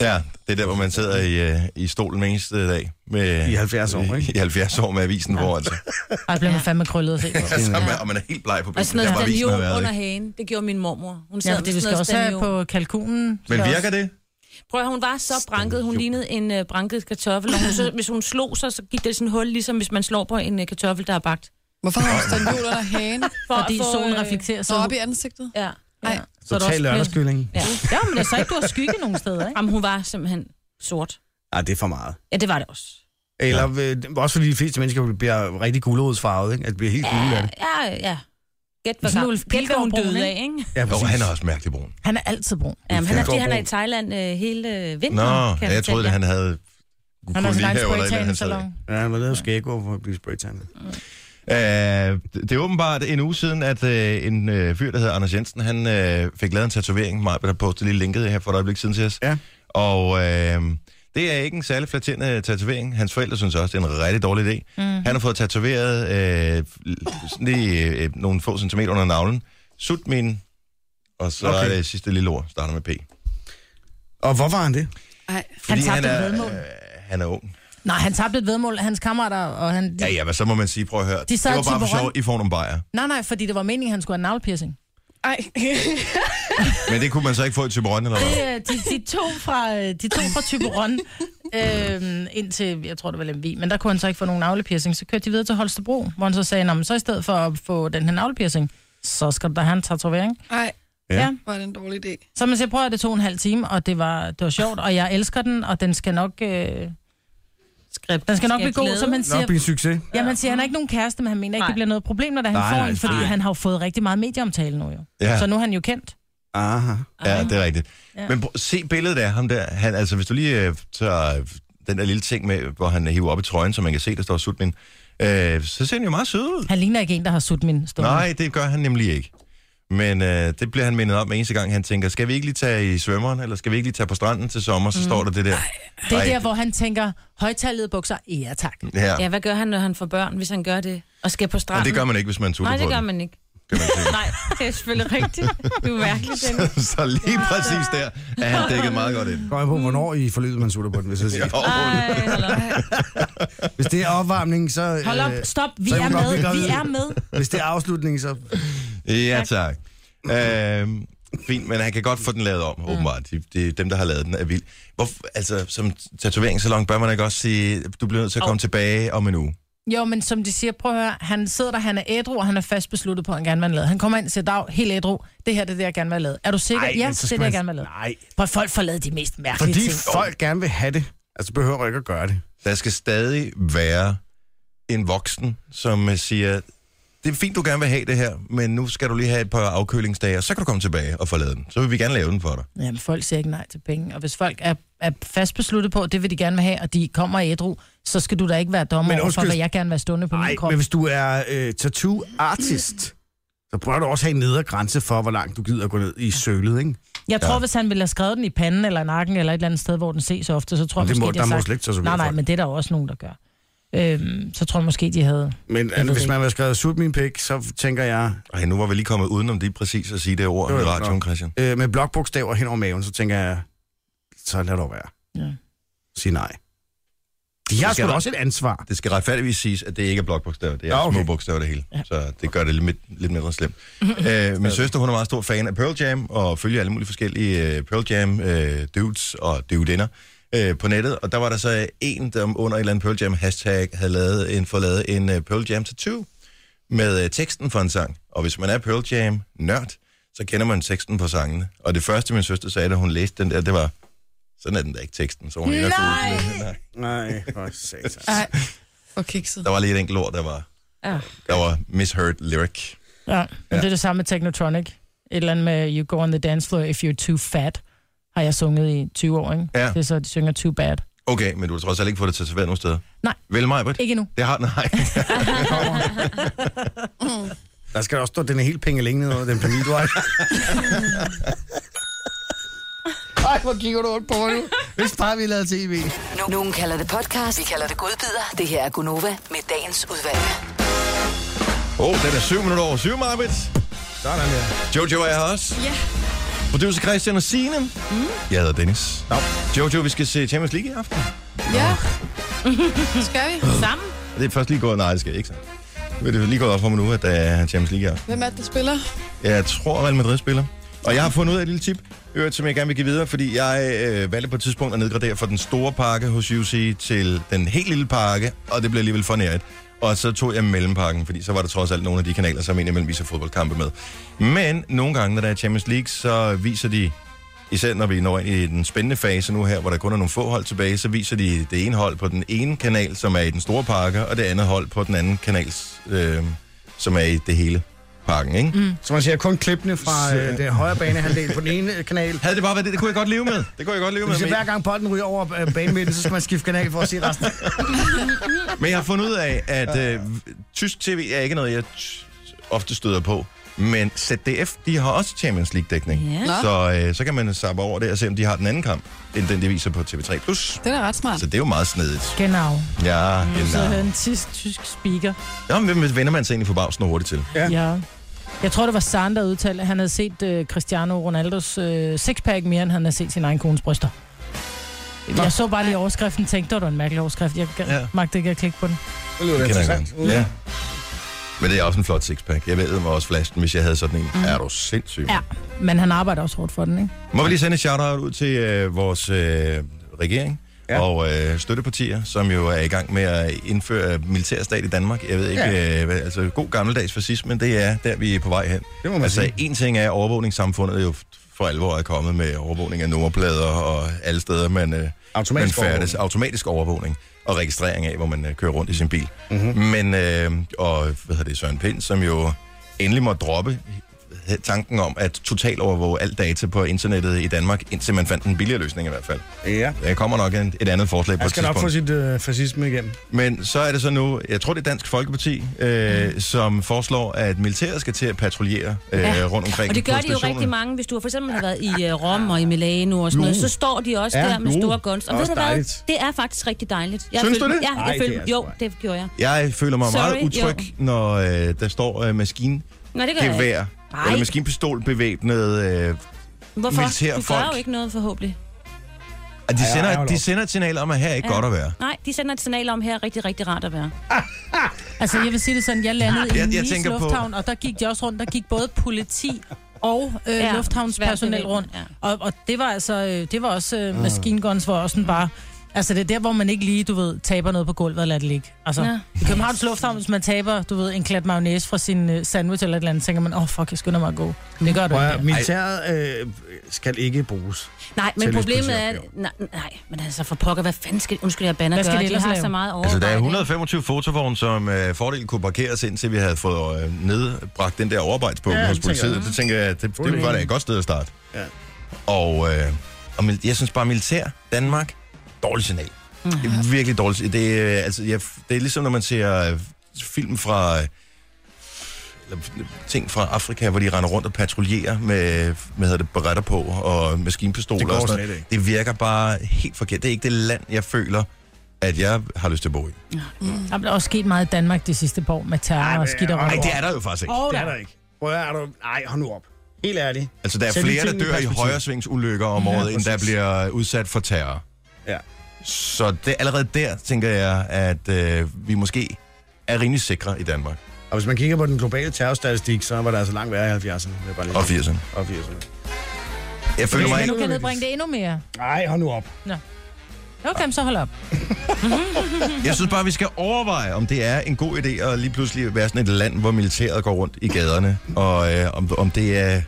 Ja, det er der, hvor man sidder i, øh, i stolen den eneste dag. Med, i 70 år, I, ikke? 70 år med avisen, ja. hvor altså... Ej, jeg bliver man fandme krøllet og fedt. altså man, og man er helt bleg på Og billedet, sådan der hvor noget avisen har stanion været. under Ikke? hagen. Det gjorde min mormor. Hun sad Ja, med fordi sådan du skal noget også have stanion. på kalkunen. Men så også- virker det? Prøv at høre, hun var så branket. Hun lignede en uh, branket kartoffel. Og hun, så, hvis hun slog sig, så gik det sådan en hul, ligesom hvis man slår på en uh, kartoffel, der er bagt. Hvorfor har du staniol under hagen? For at Fordi få, solen øh, reflekterer Så så op i ansigtet? Ja. Ej. ja. Så er Total der også plads. lørdagskylling. ja. Ja, men det er så ikke, du har skygge nogen steder, ikke? Jamen, hun var simpelthen sort. Nej, Ah, det er for meget. Ja, det var det også. Eller øh, også fordi de fleste mennesker bliver rigtig gulerodsfarvet, ikke? At det bliver helt gule af det. Ja, ja. Gæt, hvad, Sådan Ulf gammel- gæt, hvad hun Pilgaard-brun, døde af, ikke? ikke? Ja, Jo, præcis. han er også mærkelig brun. Han er altid brun. Jamen, han er, fordi han er i Pilgaard-brun. Thailand øh, hele øh, Nå, vinteren. kan ja, jeg troede, at fortælle han havde... Han har sin egen kolonihaver derinde, han sad i. spraytan-salon. Ja, han var lavet skægå for at blive spraytannet. Øh, det er åbenbart en uge siden, at øh, en øh, fyr, der hedder Anders Jensen, han øh, fik lavet en tatovering. Maja, der postede lige linket her for et øjeblik siden til os. Ja. Og øh, det er ikke en særlig flatterende tatovering. Hans forældre synes også, det er en rigtig dårlig idé. Mm. Han har fået tatoveret øh, sådan lige, øh, nogle få centimeter under navlen. Sut min... Og så okay. Okay. er det sidste lille ord, starter med P. Og hvorfor var han det? Nej. Fordi tabte et er, øh, væddemål. han er ung. Mm. Nej, han tabte et vedmål af hans kammerater, og han... Ja, ja, men så må man sige, prøv at høre. De det sad var i bare for Thyborøn. sjov, I får nogle bajer. Nej, nej, fordi det var meningen, han skulle have navlepiercing. Ej. Men det kunne man så ikke få i Tyberøn, eller hvad? Det, øh, de, de, to fra, øh, de to fra Typeron, øhm, indtil, jeg tror det var Lemvi, men der kunne han så ikke få nogen navlepiercing. Så kørte de videre til Holstebro, hvor han så sagde, "Nå, men så i stedet for at få den her navlepiercing, så skal du da have en tatovering. Nej, Ja. ja. hvor er det en dårlig idé. Så man siger, prøv at det tog en halv time, og det var, det var sjovt, og jeg elsker den, og den skal nok, øh, den Skrib, skal nok blive god, så man siger, Nok blive en succes. ja, man siger, han har ikke nogen kæreste, men han mener ikke, Nej. det bliver noget problem, når det er, han Nej, får nej, en, fordi fordi- han har jo fået rigtig meget medieomtale nu jo. Ja. Så nu er han jo kendt. Aha. Ja, det er rigtigt. Ja. Ja. Men prøv, se billedet af ham der. Han, altså, hvis du lige øh, tager øh, den der lille ting med, hvor han hiver op i trøjen, så man kan se, der står Sutmin, øh, så ser han jo meget sød ud. Han ligner ikke en, der har sut min stående. Nej, det gør han nemlig ikke. Men øh, det bliver han mindet om hver eneste gang, han tænker, skal vi ikke lige tage i svømmeren, eller skal vi ikke lige tage på stranden til sommer, så mm. står der det der. Det er Ej. der, hvor han tænker, højtallede bukser, ja tak. Ja. Ja, hvad gør han, når han får børn, hvis han gør det? Og skal på Men stranden? det gør man ikke, hvis man tutter Nej, på det gør den, man ikke. kan man sige. Nej, det er selvfølgelig rigtigt. Du er virkelig den. så lige præcis der er han dækket meget godt ind. Går jeg på, hvornår i forløbet man sutter på den, hvis jeg Jo, siger. Ej, hold op. Hvis det er opvarmning, så... øh, Hold op, stop, vi så er kan vi med, godt vi vide er det. med. Hvis det er afslutning, så... Ja, tak. Øhm, fint, men han kan godt få den lavet Mm. om, åbenbart. De, de, dem, der har lavet den, er vild. Hvor, altså, som tatoveringssalon bør man ikke også sige, du bliver nødt til at komme oh. tilbage om en uge. Jo, men som de siger, prøv at høre, han sidder der, han er ædru, og han er fast besluttet på, at han gerne vil have lavet. Han kommer ind til dag, helt ædru, det her det er det, jeg gerne vil have lavet. Er du sikker? Ej, ja, men det så er det, skal jeg man- gerne vil have lavet. Nej, Prøv at folk får lavet de mest mærkelige fordi ting. folk gerne vil have det. Altså, behøver ikke at gøre det. Der skal stadig være en voksen, som øh, siger, det er fint, du gerne vil have det her, men nu skal du lige have et par afkølingsdage, og så kan du komme tilbage og få lavet den. Så vil vi gerne lave den for dig. Jamen, folk siger ikke nej til penge. Og hvis folk er, er fast besluttet på, at det vil de gerne vil have, og de kommer ædru, så skal du da ikke være dommer Men men, for, undskyld- hvad jeg gerne vil have stående på Nej, min krop. men hvis du er øh, tattoo-artist, så bør du også have en nedre grænse for, hvor langt du gider at gå ned i sølet, ikke? Jeg tror, hvis han ville have skrevet den i panden eller nakken eller et eller andet sted, hvor den ses ofte, så tror jeg Men det måske, må- de der har må sagt... slet ikke tatovere Nej, nej, folk. men det er der jo også nogen, der gør. Øhm, så tror jeg måske, de havde... Men ved altså, hvis det man har skrevet sut min pik, så tænker jeg, Ej, nu var vi lige kommet udenom det præcis at sige det ord i Det var det radioen, nok. Christian. øh, med blokbogstaver hen over maven, så tænker jeg, så lad dog være. Ja. Sig nej. De har skal sgu da der- også et ansvar. Det skal retfærdigvis siges, at det ikke er blokbogstaver, det er Ja, ja, okay. okay. små bogstaver det hele. Ja. Så det gør det lidt, mit- lidt mindre slemt. øh, min søster, hun er meget stor fan af Pearl Jam, og følger alle mulige forskellige øh, Pearl Jam øh, dudes og dudeinder øh, på nettet. Og der var der så en, der under et eller andet Pearl Jam hashtag havde lavet en, fået lavet en øh, Pearl Jam tattoo med øh, teksten for en sang. Og hvis man er Pearl Jam-nørd, så kender man teksten på sangene. Og det første, min søster sagde, da hun læste den der, det var, sådan er den der ikke teksten. Så hun Nej! Nej. Nej, for satan. Nej, for kikset. Der var lige et enkelt ord, der var Ja. der var misheard lyric. Ja, men ja. det er det samme med Technotronic. Et eller andet med, you go on the dance floor if you're too fat, har jeg sunget i 20 år, ikke? Ja. Det er så, de synger too bad. Okay, men du har trods alt ikke fået det tatoveret nogen steder. Nej. Vel, Majbert? Ikke endnu. Det har den, nej. Der skal også stå, den er helt penge længe ned over den panik, du har. Ej, hvor kigger du ondt på mig nu? Hvis bare vi lavede tv. Nu- Nogen kalder det podcast, vi kalder det godbider. Det her er Gunova med dagens udvalgte. Åh, oh, den er syv minutter over syv, Majbert. Sådan der. Jojo er her også. Ja. Producer Christian og Signe. Mm. Jeg hedder Dennis. No. Jojo, vi skal se Champions League i aften. Ja. Skal vi? Sammen? Det er først lige gået, nej, det skal jeg ikke så. Det er lige gået op for mig nu, at der er Champions League i aften. Hvem er det, der spiller? Jeg tror, Real Madrid spiller. Og jeg har fundet ud af et lille tip, i øvrigt, som jeg gerne vil give videre, fordi jeg øh, valgte på et tidspunkt at nedgradere fra den store pakke hos UC til den helt lille pakke, og det blev alligevel for nært. Og så tog jeg mellempakken, fordi så var der trods alt nogle af de kanaler, som indimellem viser fodboldkampe med. Men nogle gange, når der er Champions League, så viser de, især når vi når ind i den spændende fase nu her, hvor der kun er nogle få hold tilbage, så viser de det ene hold på den ene kanal, som er i den store pakke, og det andet hold på den anden kanal, øh, som er i det hele pakken, ikke? Mm. Så man ser kun klippene fra øh, den højre banehalvdel på den ene øh, kanal. Havde det bare været det, det kunne jeg godt leve med. Det kunne jeg godt leve med. Hvis Men, hver gang bolden ryger over øh, banemidten, så skal man skifte kanal for at se resten. men jeg har fundet ud af, at øh, tysk tv er ikke noget, jeg t- ofte støder på. Men ZDF, de har også Champions League-dækning. Ja. Nå. Så, øh, så kan man sappe over det og se, om de har den anden kamp, end den, de viser på TV3+. Plus. Den er ret smart. Så det er jo meget snedigt. Genau. Ja, Mm. Så hører genau. en tysk, tysk speaker. Nå, men hvem vender man sig egentlig forbavsende hurtigt til? Ja. Ja. ja. Jeg tror, det var Saren, der udtalte, at han havde set øh, Cristiano Ronaldos øh, sixpack mere, end han havde set sin egen kones bryster. Jeg så bare lige overskriften tænkte, det var da en mærkelig overskrift. Jeg Ja. ja. magte ikke at klikke på den. Det lyder Kender jeg godt. Ja. Men det er også en flot sixpack. Jeg ved mig også flashen, hvis jeg havde sådan en. Mm. Er du sindssyg? mand? Ja, men han arbejder også hårdt for den, ikke? Må vi lige sende et shout-out ud til øh, vores øh, regering ja. Ja. og øh, støttepartier, som jo er i gang med at indføre militærstat i Danmark. Jeg ved ikke, ja. øh, hvad- altså god gammeldags fascisme, det er der, vi er på vej hen. Det må man altså sige. en ting er, at overvågningssamfundet jo for alvor er kommet med overvågning af nummerplader og alle steder, man, øh, man Automatisk færdes. overvågning. Automatisk overvågning og registrering af, hvor man øh, kører rundt i sin bil. Mhm. Mm-hmm. Men, øh, og hvad hedder det, Søren Pind, som jo endelig må droppe tanken om at total overvåge alt data på internettet i Danmark, indtil man fandt en billigere løsning i hvert fald. Ja. Der kommer nok en, et andet forslag på Han et skal nok tidspunkt. få sit øh, fascisme igennem. Men så er det så nu, jeg tror det er Dansk Folkeparti, øh, Mhm. mm. som foreslår, at militæret skal til at patruljere øh, ja. Ja. rundt omkring Og det gør på de jo stationerne. rigtig mange. Hvis du for eksempel har været i øh, Rom og i Milano og sådan noget, så står de også Ja, der med jo. store guns. Og ved Også du hvad? dejligt. Det er faktisk rigtig dejligt. Jeg Synes følte, du det? Ja, Ej, jeg det er følte, sgu jo, ej. det gjorde jeg. Jeg føler mig Sorry, meget utryg, jo. når øh, der står øh, maskingevær, Nej, det gør jeg ikke. Nej. eller maskinpistolbevæbnede... Øh, Hvorfor? militære Du folk. gør jo ikke noget forhåbentlig. at de, Ej, sender, ej, hold de op. sender et signal om, at her er ikke ja. Ja. godt at være. Nej, de sender et signal om her, er rigtig, rigtig rart at være. Altså, jeg vil sige det sådan, jeg landede Jeg- i jeg Nice tænker på- Lufthavn, og der gik jeg også rundt. Der gik både politi og øh, Ja, ja, lufthavnspersonel svært rundt. bevæbnet, Og, og det var altså, øh, det var også Ah. øh, machine guns, hvor også sådan bare... Altså, det er der, hvor man ikke lige, du ved, taber noget på gulvet eller lader det ligge. Altså, Nå. i Københavns Lufthavn, hvis man taber, du ved, en klat mayonnaise fra sin øh, sandwich eller et eller andet, tænker man, åh, oh, fuck, jeg skynder mig at gå. Det gør du Prøv ikke. at, høre, militæret øh, skal ikke bruges. Nej, men Til problemet Rigspolitiet, er... Nej, nej, men altså for pokker, hvad fanden skal... Undskyld, jeg banner Hvad skal gøre. de De ellers har lave? så meget over. Altså, der er 125 fotovogne, som øh, fordel kunne parkeres, indtil vi havde fået øh, nedbragt den der overarbejdspunkt ja, Ja, hos det tænker politiet. jeg. Det tænker jeg, det, det Fuldstændig. var da et godt sted at starte. Ja. Og, øh, og mil- jeg synes bare, militær, Danmark, dårligt signal. Mhm. Mm. Det er virkelig dårligt. Det, er, øh, altså, jeg, det er ligesom, når man ser øh, film fra... Øh, eller ting fra Afrika, hvor de render rundt og patruljerer med, med hvad hedder det, beretter på og maskinpistoler. Det går og sådan slet noget. ikke. det virker bare helt forkert. Det er ikke det land, jeg føler, at jeg har lyst til at bo i. Mm. Der er også sket meget i Danmark de sidste par år med terror Ej, og men- skidt og ej, Nej, røv. det er der jo faktisk ikke. Og Det der er der ikke. Prøv at, høre, er du... Ej, hold nu op. Helt ærligt. Altså, der er Sæt lige flere, der tingene i dør i perspektiv. højresvingsulykker om Ja, året, end der præcis. bliver udsat for terror. Ja. Så det, allerede der tænker jeg, at øh, vi måske er rimelig sikre i Danmark. Og hvis man kigger på den globale terrorstatistik, så var der altså langt værre i 70'erne. vil jeg bare lige Og sige. 80'erne. Og 80'erne. Jeg føler mig Men ikke... du kan nedbringe det endnu mere. Nej, hold nu op. Okay, men så hold op. Jeg synes bare, vi skal overveje, om det er en god idé at lige pludselig være sådan et land, hvor militæret går rundt i gaderne, og øh, om, om det er...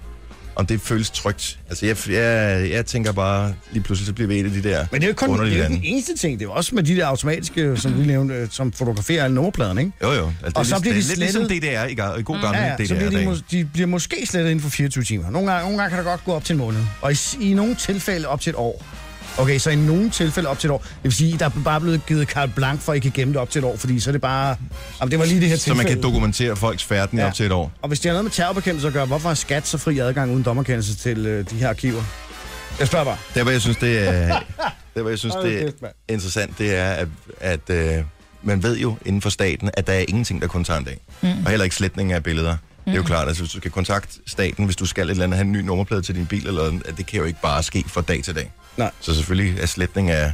Om det føles trygt. Altså, jeg, jeg, jeg tænker bare, lige pludselig så bliver vi et af de der Men det er jo ikke kun det er underlige jo ikke lande. den eneste ting. Det er jo også med de der automatiske, som vi nævnte, øh, som fotograferer alle nummerpladen, ikke? Jo, jo. Altså, det er Og så lidt- bliver det de Mm. er lidt ligesom DDR i, ga- i god gammel Ja, ja, så bliver de, DDR-dage. mås- de bliver måske slettet inden for 24 timer. Nogle gange, nogle gange kan det godt gå op til en måned. Og i, s- i nogle tilfælde op til et år. Okay, så i nogle tilfælde op til et år. Det vil sige, der er bare blevet givet carte blank for, at I kan gemme det op til et år, fordi så er det bare... Jamen, det var lige det her Så tilfælde. man kan dokumentere folks færden ja. Ja. op til et år. Og hvis det har noget med terrorbekæmpelse at gøre, hvorfor har skat så fri adgang uden dommerkendelse til øh, de her arkiver? Jeg spørger bare. Der, hvor jeg synes, det er, der, hvor jeg synes, Hold det er kæft, mand. interessant, det er, at, at øh, man ved jo inden for staten, at der er ingenting, der kun tager en dag. Mm. Og heller ikke sletning af billeder. Det er Mm. jo klart, altså hvis du skal kontakte staten, hvis du skal et eller andet have en ny nummerplade til din bil, eller noget, at det kan jo ikke bare ske fra dag til dag. Nej. Så selvfølgelig er sletning af Og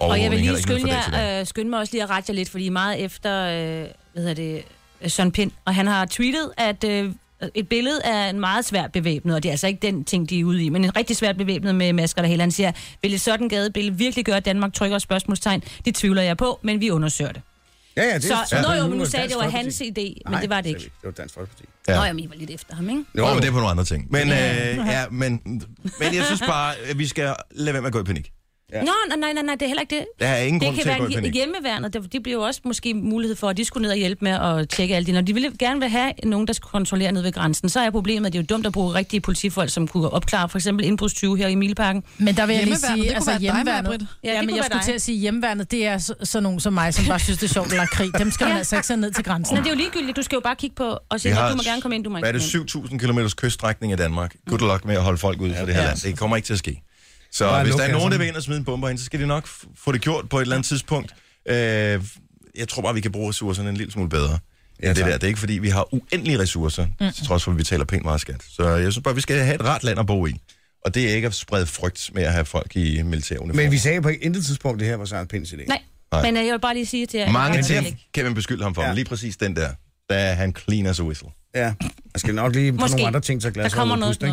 overvågning jeg vil heller lige ikke noget skynde, fra dag til dag. jer, øh, skynde mig også lige at rette jer lidt, fordi meget efter, øh, hvad hedder det, øh, Søren Pind, og han har tweetet, at øh, et billede af en meget svært bevæbnet, og det er altså ikke den ting, de er ude i, men en rigtig svært bevæbnet med masker der hele. Han siger, vil et sådan gadebillede virkelig gøre Danmark tryggere spørgsmålstegn? Det tvivler jeg på, men vi undersøger det. Ja, ja, det Så, ja. nå jo, men nu Dansk sagde jeg, det var Folkeparti. hans idé, men Nej, det var det ikke. Det var Dansk Folkeparti. Ja. Ja. Nå, jamen, I var lidt efter ham, ikke? Jo, men det er på nogle andre ting. Men, øh, ja, men, men jeg synes bare, at vi skal lade være med at gå i panik. Ja. Nå, nej, nej, nej, nej, det er heller ikke det. Der er ingen Det grund kan til at gå i være panik. en hjemmeværnet, der- de bliver jo også måske mulighed for, at de skulle ned og hjælpe med at tjekke alt det. Når de ville gerne vil have nogen, der skulle kontrollere ned ved grænsen, så er problemet, at det er jo dumt at bruge rigtige politifolk, som kunne opklare for eksempel indbrudstyve her i Mileparken. Men der vil jeg lige Hjemmeværnet, det sige, kunne altså være dig, hjemmeværnet... Maj-Brit. Ja, det Ja, men kunne jeg være skulle dig. til at sige, hjemmeværnet, det er så, sådan nogen som mig, som bare synes, det er sjovt, at lade krig. Dem skal man altså ikke sende ned til grænsen. Men det er jo ligegyldigt, du skal jo bare kigge på og sige, at du må gerne komme ind, du må Hvad er ikke det, komme ind. 7.000 km kyststrækning i Danmark? Good luck med at holde folk ud for det her land. Det kommer ikke til at ske. Så Bare hvis luk der er nogen, der kasserne. vil ind og smide en bomber ind, så skal de nok f- få det gjort på et eller andet tidspunkt. Øh, jeg tror bare, vi kan bruge ressourcerne en lille smule bedre. Ja, det der. tak. Det er ikke, fordi vi har uendelige ressourcer, mm. til trods for, at vi taler pænt meget skat. Så jeg synes bare, vi skal have et rart land at bo i. Og det er ikke at sprede frygt med at have folk i militæruniform. Men vi sagde på intet tidspunkt, det her var Søren Pinds idé. Nej, Nej. men øh, jeg vil bare lige sige til jer... Mange at- ting kan man beskylde ham for, ja. Ja. men lige præcis den der, der er han clean as a whistle. Ja, jeg skal nok lige på Måske. nogle andre ting, så Der glas kommer noget. Ikke?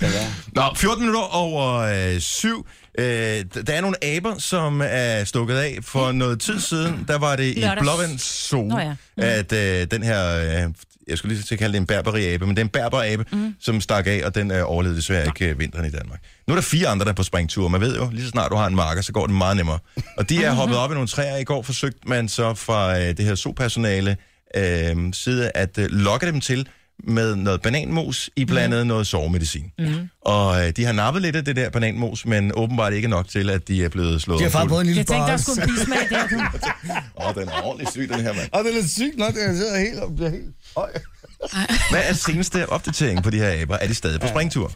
noget ja. Nå, 14 minutter over øh, 7. Øh, d- der er nogle aber, som er stukket af. For noget tid siden, der var det i Lørdags. Blåvands Zoo, Nå ja. Mhm. mm. at øh, den her, øh, jeg skulle lige til at kalde det en berberabe, men det er en berberabe, Mhm. mm. som stak af, og den øh, overlevede desværre ikke øh, vinteren i Danmark. Nu er der fire andre, der er på springtur. Man ved jo, lige så snart du har en marker, så går det meget nemmere. Og de Mhm. er hoppet op i nogle træer. I går forsøgte man så fra øh, det her zoopersonale øh, side at øh, lokke dem til med noget bananmos Mhm. i blandet mm. noget sovemedicin. Mm. Og øh, de har nappet lidt af det der bananmos, men åbenbart ikke nok til, at de er blevet slået De omkuld. har faktisk fået en lille Jeg tænkte, der boss. skulle en bismag i det. du. Åh, den er ordentligt syg, den her mand. Og det er lidt sygt nok, at jeg sidder helt og bliver helt høj. Hvad er seneste opdatering på de her aber? Er de stadig på springtur?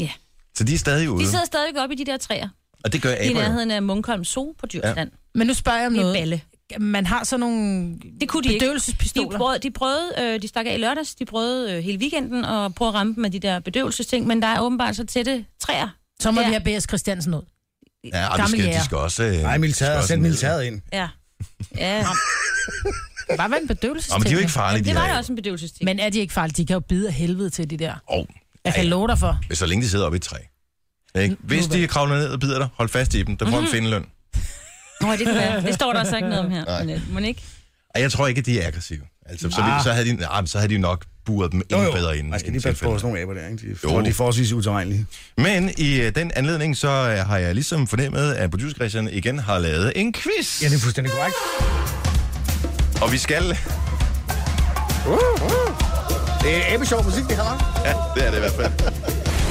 Ja. Så de er stadig ude, De sidder stadig oppe i de der træer. og det gør I aber jo. nærheden af Munkholm Zoo på Djursland. Ja. Men nu spørger jeg om Det er noget. balle. Man har sådan nogle Det kunne de ikke. De bedøvelsespistoler. prøvede, de, prøvede øh, de stak af i lørdags, de prøvede øh, hele weekenden at prøve at ramme dem med de der bedøvelsesting, men der er åbenbart så tætte træer. Så må Ja. vi have B.S. Christiansen ud. Ja, og de Gammel skal, de jæger. skal også... øh, Nej, de skal militæret. også Sæt ned. militæret ind. Ja. ja. Bare hvad en bedøvelsesting. Nå, men de er jo ikke farlige, Jamen, de det var her da aber. også en bedøvelsesting. Men er de ikke farlige? De kan jo bide af helvede til de der. Og Jeg kan love dig for. så længe de sidder oppe i et træ. Ikke? Hvis de kravler ned og bider dig, hold fast i dem, der får Mhm. en findeløn. Nå, det kan være. Det står der altså ikke noget om her. Men, øh, Må ikke? Og jeg tror ikke, at de er aggressive. Altså, så, ah. så, havde de, ah, men så havde de nok buret dem endnu bedre ind. Ej, skal end lige passe på tilfældet. sådan nogle aber der, ikke? De, Jo. for, de er forholdsvis utilregnelige. Men i øh, den anledning, så øh, har jeg ligesom fornemmet, at producer Christian igen har lavet en quiz. Ja, det er fuldstændig korrekt. Og vi skal... Det er abesjov musik, det her, var. Ja, det er det i hvert fald.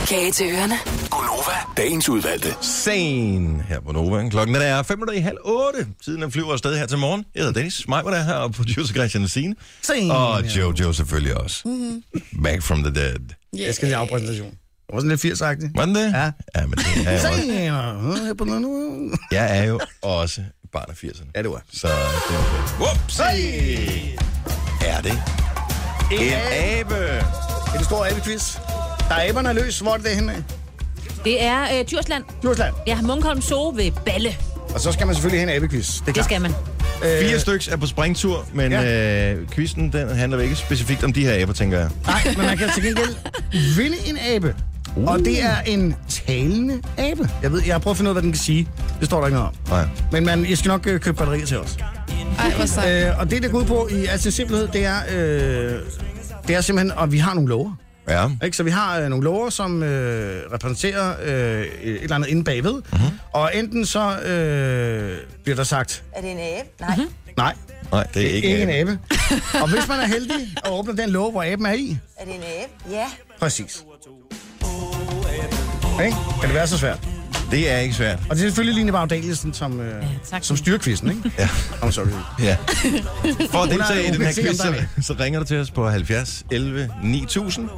Kage til ørerne. Gonova, dagens udvalgte. Sen her på Nova. Klokken den er 5 minutter i halv 8. Tiden den flyver afsted her til morgen. Jeg hedder Dennis, mig var der her, og producer Christian Sine. Sen Og her. Jojo selvfølgelig også. Back from the dead. Jeg skal lige have præsentation. Det var sådan lidt 80-agtigt. Var den det? Ja. ja men det er jeg, også. Sen. jeg er jo også et barn af 80'erne. Ja, det var. Så det var fedt. Whoopsie! Er det en abe? Det er en stor abequiz. Der er aberne løs. Hvor er det det henne? af? Det er øh, Djursland. Djursland. Ja, Munkholm Zoo ved Balle. Og så skal man selvfølgelig have en abequiz. Det er Det klart. skal man. Fire styks er på springtur, men Øh. ja. øh, quizzen den handler jo ikke specifikt om de her aber, tænker jeg. Nej, men man kan til gengæld vinde en abe. Uh. Og det er en talende abe. Jeg ved, jeg har prøvet at finde ud af, hvad den kan sige. Det står der ikke noget om. Nej. Men man, I skal nok øh, købe batterier til os. Ej, hvor sejt. Øh, og det, der går ud på i al sin simpelhed, det er, øh, det er simpelthen, og vi har nogle lover. Ja. Ikke? Så vi har øh, nogle lover, som øh, repræsenterer øh, et eller andet inde bagved. Mm-hmm. Og enten så øh, bliver der sagt, Er det en æb? Nej. Mhm. nej, Nej, det er ikke, ikke, ikke en abe. og hvis man er heldig og åbner den låge, hvor aben er i, Er det en æb? Ja. Præcis. Okay? Kan det være så svært? Det er ikke svært. Og det er selvfølgelig Line Bagdalielsen som, øh, ja, tak. som styrkvisten, ikke? Ja. Oh, sorry. Ja. For at Hun er- deltage i hun den kan her se, quiz, om der er så, så ringer du til os på 70 11 9000.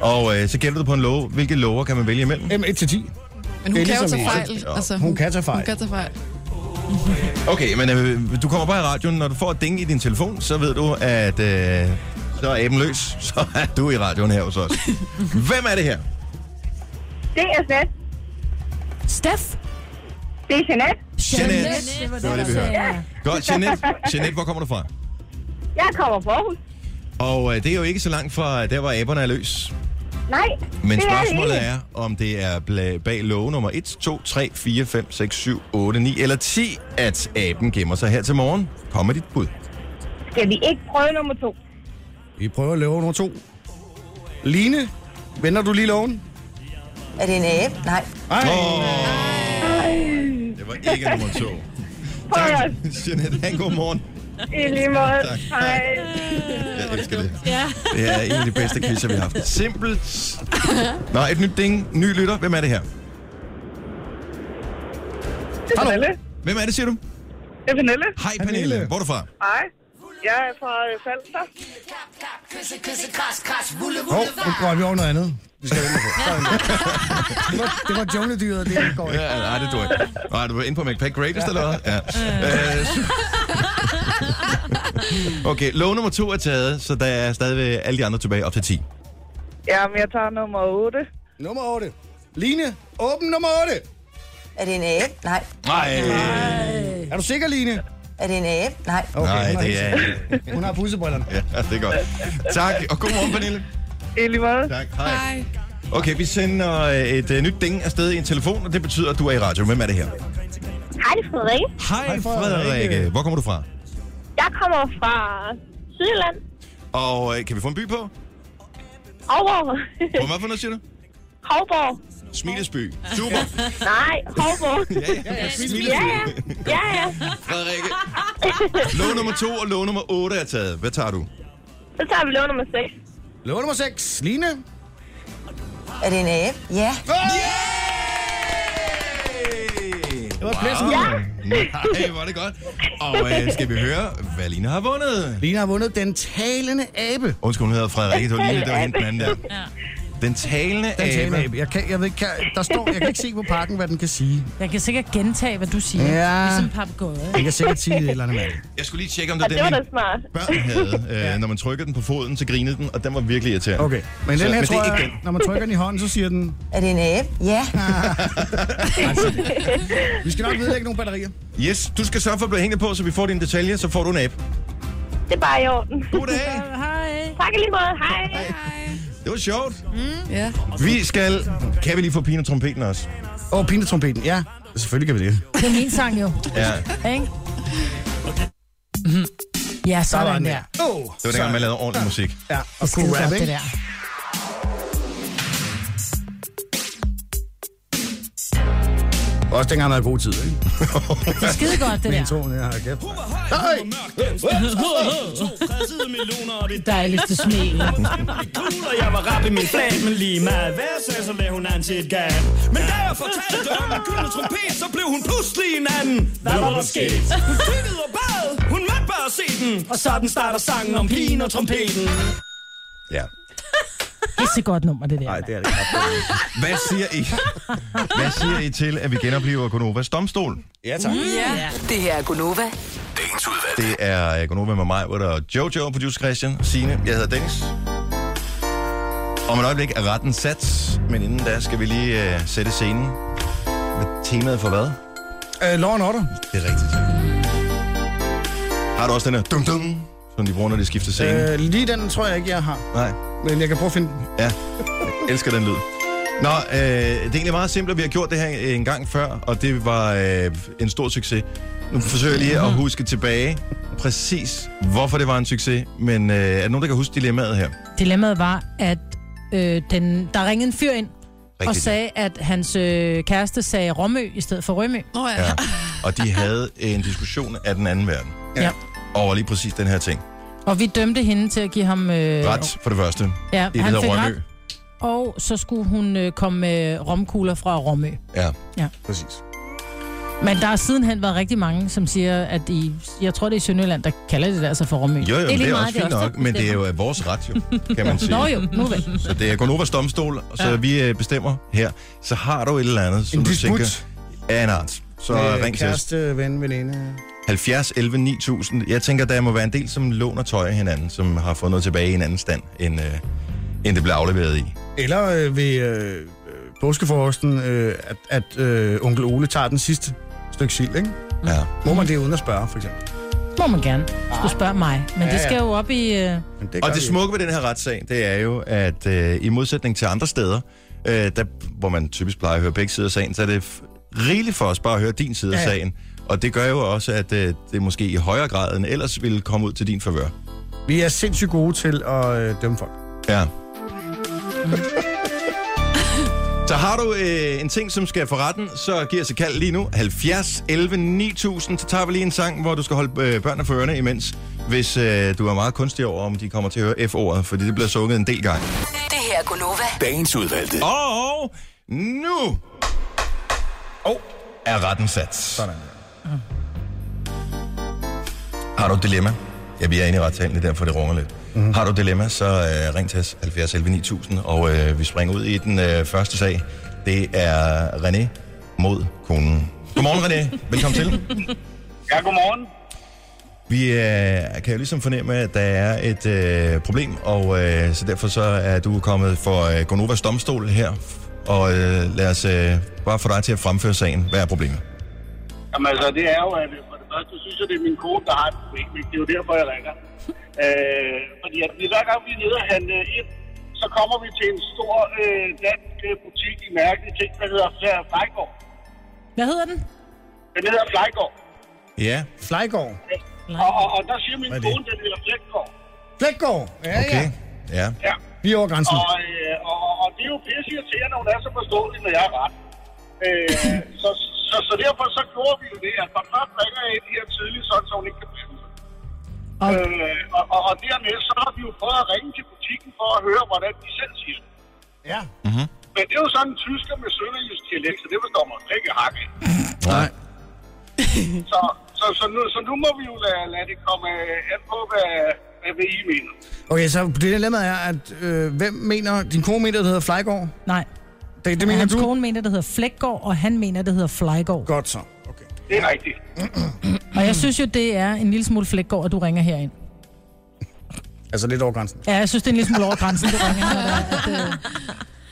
Og øh, så gælder du på en lov. Hvilke lover kan man vælge imellem? M1 til 10. Men hun det er kan jo ligesom tage en- fejl. Altså, Hun kan tage fejl. Hun kan tage fejl. Okay, men øh, du kommer bare i radioen. Når du får et ding i din telefon, så ved du, at øh, så er aben løs. Så er du i radioen her hos os. Hvem er det her? Det er Snat. Steff! Det er Jeanette. Jeanette. Det var det, vi hørte. Godt, Jeanette. Jeanette, hvor kommer du fra? Jeg kommer fra Aarhus. Og øh, det er jo ikke så langt fra der, hvor aberne er løs. Nej, Men det spørgsmålet er det ikke. er, om det er bla- bag låge nummer 1, 2, 3, 4, 5, 6, 7, 8, 9 eller 10, at aben gemmer sig her til morgen. Kom med dit bud. Skal vi ikke prøve nummer to? Vi prøver løve nummer to. Line, vender du lige loven? Er det en æb? Nej. Nej. Oh, det var ikke nummer 2. Prøv Tak, os. Jeanette. Ha' en god morgen. I lige måde. Tak. Hej. Jeg elsker det. Det er en af de bedste quizzer, vi har haft. Simpelt. Nå, et nyt ding. Ny lytter. Hvem er det her? Det er Pernille. Hvem er det, siger du? Det er Pernille. Hej, Pernille. Hvor er du fra? Hej. Jeg er fra øh, Falster. Hov, nu går vi over noget andet. Vi skal vente på. Det var, det var jungledyret, det går ikke. Ja, nej, det tror jeg ikke. Nej, du var inde på McPack Greatest, eller hvad? Ja. Øh, så- Okay, lov nummer to er taget, så der er stadigvæk alle de andre tilbage op til 10. Jamen, jeg tager nummer 8. Nummer 8. Line, åbn nummer Er det en æb? Nej. Nej, 8. Er du sikker, Line? Er det en æb? Nej. Okay, nej, hun har det er... Hun har pussebrillerne. Ja, det er godt. Tak, og god morgen, Pernille. I lige måde. Tak, hej. Hej. Okay, vi sender øh, et øh, nyt ding afsted i en telefon, og det betyder, at du er i radio. Hvem er det her? Hej, det er Frederikke. Hej, Frederikke. Frederikke. Hvor kommer du fra? Jeg kommer fra Sydland. Og øh, kan vi få en by på? Hovborg. Hvor meget for noget, siger du? Hovborg. Smilesby. Super. Nej, Hovborg. Ja, ja, Ja, Smilesby. ja. Ja, ja. Frederikke. Lov nummer to og lov nummer otte er taget. Hvad tager du? Så tager vi lov nummer 6. Lov nummer 6. Line. Er det en abe? Ja. Det var pladsen. Nej, hvor er det godt. Og øh, skal vi høre, hvad Line har vundet? Line har vundet den talende abe. Undskyld, hun hedder Frederikke. Det var Line, der var hende den anden der. Den talende Den talende abe. abe. Jeg, kan, jeg, ved, ikke, kan, der står, jeg kan ikke se på pakken, hvad den kan sige. Jeg kan sikkert gentage, hvad du siger. Ja. Ligesom papegøje. Den kan sikkert sige et eller andet mand. Jeg skulle lige tjekke, om det Og er det var den, da min smart. børn havde. Øh, når man trykkede den på foden, så grinede den, og den var virkelig irriterende. Okay, men Så- den her, men det er tror ikke jeg, når man trykker den i hånden, så siger den, Er det en abe? Ja. vi skal nok vedlægge nogle batterier. Yes, du skal sørge for at blive hængende på, så vi får dine detaljer, så får du en app. Det er bare i orden. God dag. Hej. Tak i lige måde. Hej. Det var sjovt. Ja. Vi skal... Kan vi lige få pigen og trompeten også? Og pinetrompeten, ja. Selvfølgelig kan vi det. Det er min sang jo, Ja, ikke? Mhm. Ja, sådan der. Oh, det var dengang, man lavede ordentlig musik. Ja, og Skide kunne godt, rap, det ikke? der. Også dengang, man havde god tid, ikke? Det er skide godt, det Men der. tonen her, kæft. Hej! To pressede millioner, og det er Dejligt at smil. dejligt cool, og jeg var rap i min flag, men lige meget hvad sagde, så lagde hun an til et gab. Men da jeg fortalte om en gyldne trompet, så blev hun pludselig en anden. Hvad var der sket? Hun tykkede og bad, hun måtte bare se den. Og sådan starter sangen om pigen og trompeten. Ja. Pisse godt nummer, det der. Nej, mand. det er det ikke. Hvad siger I? Hvad siger I til, at vi genoplever Gonovas domstol? Ja, tak. Det her er Gunova. Dagens udvalgte. Det er øh, Gonova med mig, hvor der er Jojo, producer Christian, Signe, jeg hedder Dennis. Om et øjeblik er retten sat, men inden da skal vi lige øh, sætte scenen. Med temaet for hvad? Øh, Law and Order. Det er rigtigt. Har du også den her dum-dum, som de bruger, når de skifter scene? Øh. Øh, lige den tror jeg ikke, jeg har. Nej. Men jeg kan prøve at finde den. Ja, jeg elsker den lyd. Nå, øh, det er egentlig meget simpelt, og vi har gjort det her øh, en gang før, og det var øh, en stor succes. Nu forsøger jeg lige at huske tilbage præcis, hvorfor det var en succes, men øh, er der nogen, der kan huske dilemmaet her? Dilemmaet var, at øh, den, der ringede en fyr ind Rigtigt. og Rigtigt. sagde, at hans øh, kæreste sagde Romø i stedet for Rømø. Nå ja. Ja. Og de havde en diskussion af den anden verden Ja. over lige præcis den her ting. Og vi dømte hende til at give ham... Øh, Ret for det første. Ja, Det, det han hedder fik Rømø. ret. Og så skulle hun øh, komme med romkugler fra Romø. Ja. Præcis. Men der har sidenhen været rigtig mange, som siger, at i, jeg tror det er i Sønderjylland, der kalder det altså for Romø. Jo, jo, det er, lige det er meget, også det er fint os, der nok, men det er jo øh, vores ret, jo, kan man sige. Nå jo, nu vel. Så det er Gonovas domstol, og så ja. Ja. vi øh, bestemmer her. Så har du et eller andet, som En du disput. tænker af en art. Så øh, ring til os. kæreste, ven, veninde. 70 11 9000. Jeg tænker, der må være en del, som låner tøj af hinanden, som har fået noget tilbage i en anden stand, end, øh, end det blev afleveret i. Eller øh, ved øh, øh, påskeforresten, øh, at, at øh, onkel Ole tager den sidste stykke sild, ikke? Ja. Må man det uden at spørge, for eksempel? Må man gerne. Skulle spørge mig. Men Ja, ja, ja. det skal jo op i... Øh, Men det gør Og det vi smukke ved den her retssag, det er jo, at øh, i modsætning til andre steder, øh, der, hvor man typisk plejer at høre begge sider af sagen, så er det f- rigeligt for os bare at høre din side af Ja, ja. sagen. Og det gør jo også, at øh, det måske i højere grad end ellers ville komme ud til din favør. ikke. Vi er sindssygt gode til at øh, dømme folk. Ja. Så har du øh, en ting, som skal for retten, så giv os et kald lige nu. 70 11 9000. Så tager vi lige en sang, hvor du skal holde øh, børnene for ørerne imens, hvis øh, du er meget kunstig over, om de kommer til at høre F-ordet, fordi det bliver sunget en del gange. Det her er Gunova. Dagens udvalgte. Og nu oh. er retten sat. Sådan. Har du et dilemma? Ja, vi er inde i retssalen, det er derfor det runger lidt. Mm. Har du et dilemma, så øh, ring til os 70 11 9000, og øh, vi springer ud i den øh, første sag. Det er René mod konen. Godmorgen, René. Velkommen til. Ja, godmorgen. Vi øh, kan jo ligesom fornemme, at der er et øh, problem, og øh, så derfor så er du kommet for øh, Gonovas domstol her. Og øh, lad os øh, bare få dig til at fremføre sagen. Hvad er problemet? Jamen altså, det er jo, at øh, for det første synes jeg, det er min kone, der har et problem. ikke? Det er jo derfor, jeg ringer. Øh, fordi at lige hver gang vi er nede og handle ind, så så kommer vi til en stor øh, dansk øh, butik i mærkelig ting, der hedder øh, Flejgaard. Hvad hedder den? Den hedder Flejgaard. Ja. Flejgaard. Og, og, og der siger min Hvad er det? kone, den hedder Flækgaard. Flækgaard. Ja, Okay. ja. Ja. Ja. Vi er over grænsen. Og, øh, og, og- og det er jo pisse irriterende, at hun er så forståelig, når jeg er ret. Øh, så, så, så derfor så gjorde vi jo det, at man først ringer jeg ind her tidligt, sådan, så hun ikke kan blande sig. Øh, og, og, og dernæst så har vi jo prøvet at ringe til butikken for at høre, hvordan de selv siger det. Ja. Mhm. Men det er jo sådan en tysker med sønderjysk dialekt, så det forstår man ikke hakke. Nej. Så, så, så, nu, så nu må vi jo lade, lade det komme øh, an på, hvad, hvad, hvad I mener. Okay, så det dilemmaet er, at øh, hvem mener, din kone mener, det hedder Flejgaard? Nej. Det, det mener Hans du? kone mener, det hedder Flækgaard, og han mener, det hedder Flejgaard. Godt så. Det er rigtigt. Og jeg synes jo, det er en lille smule Flækgaard, at du ringer herind. Altså lidt over grænsen. Ja, jeg synes, det er en lille smule over grænsen, du ringer, når det er, at,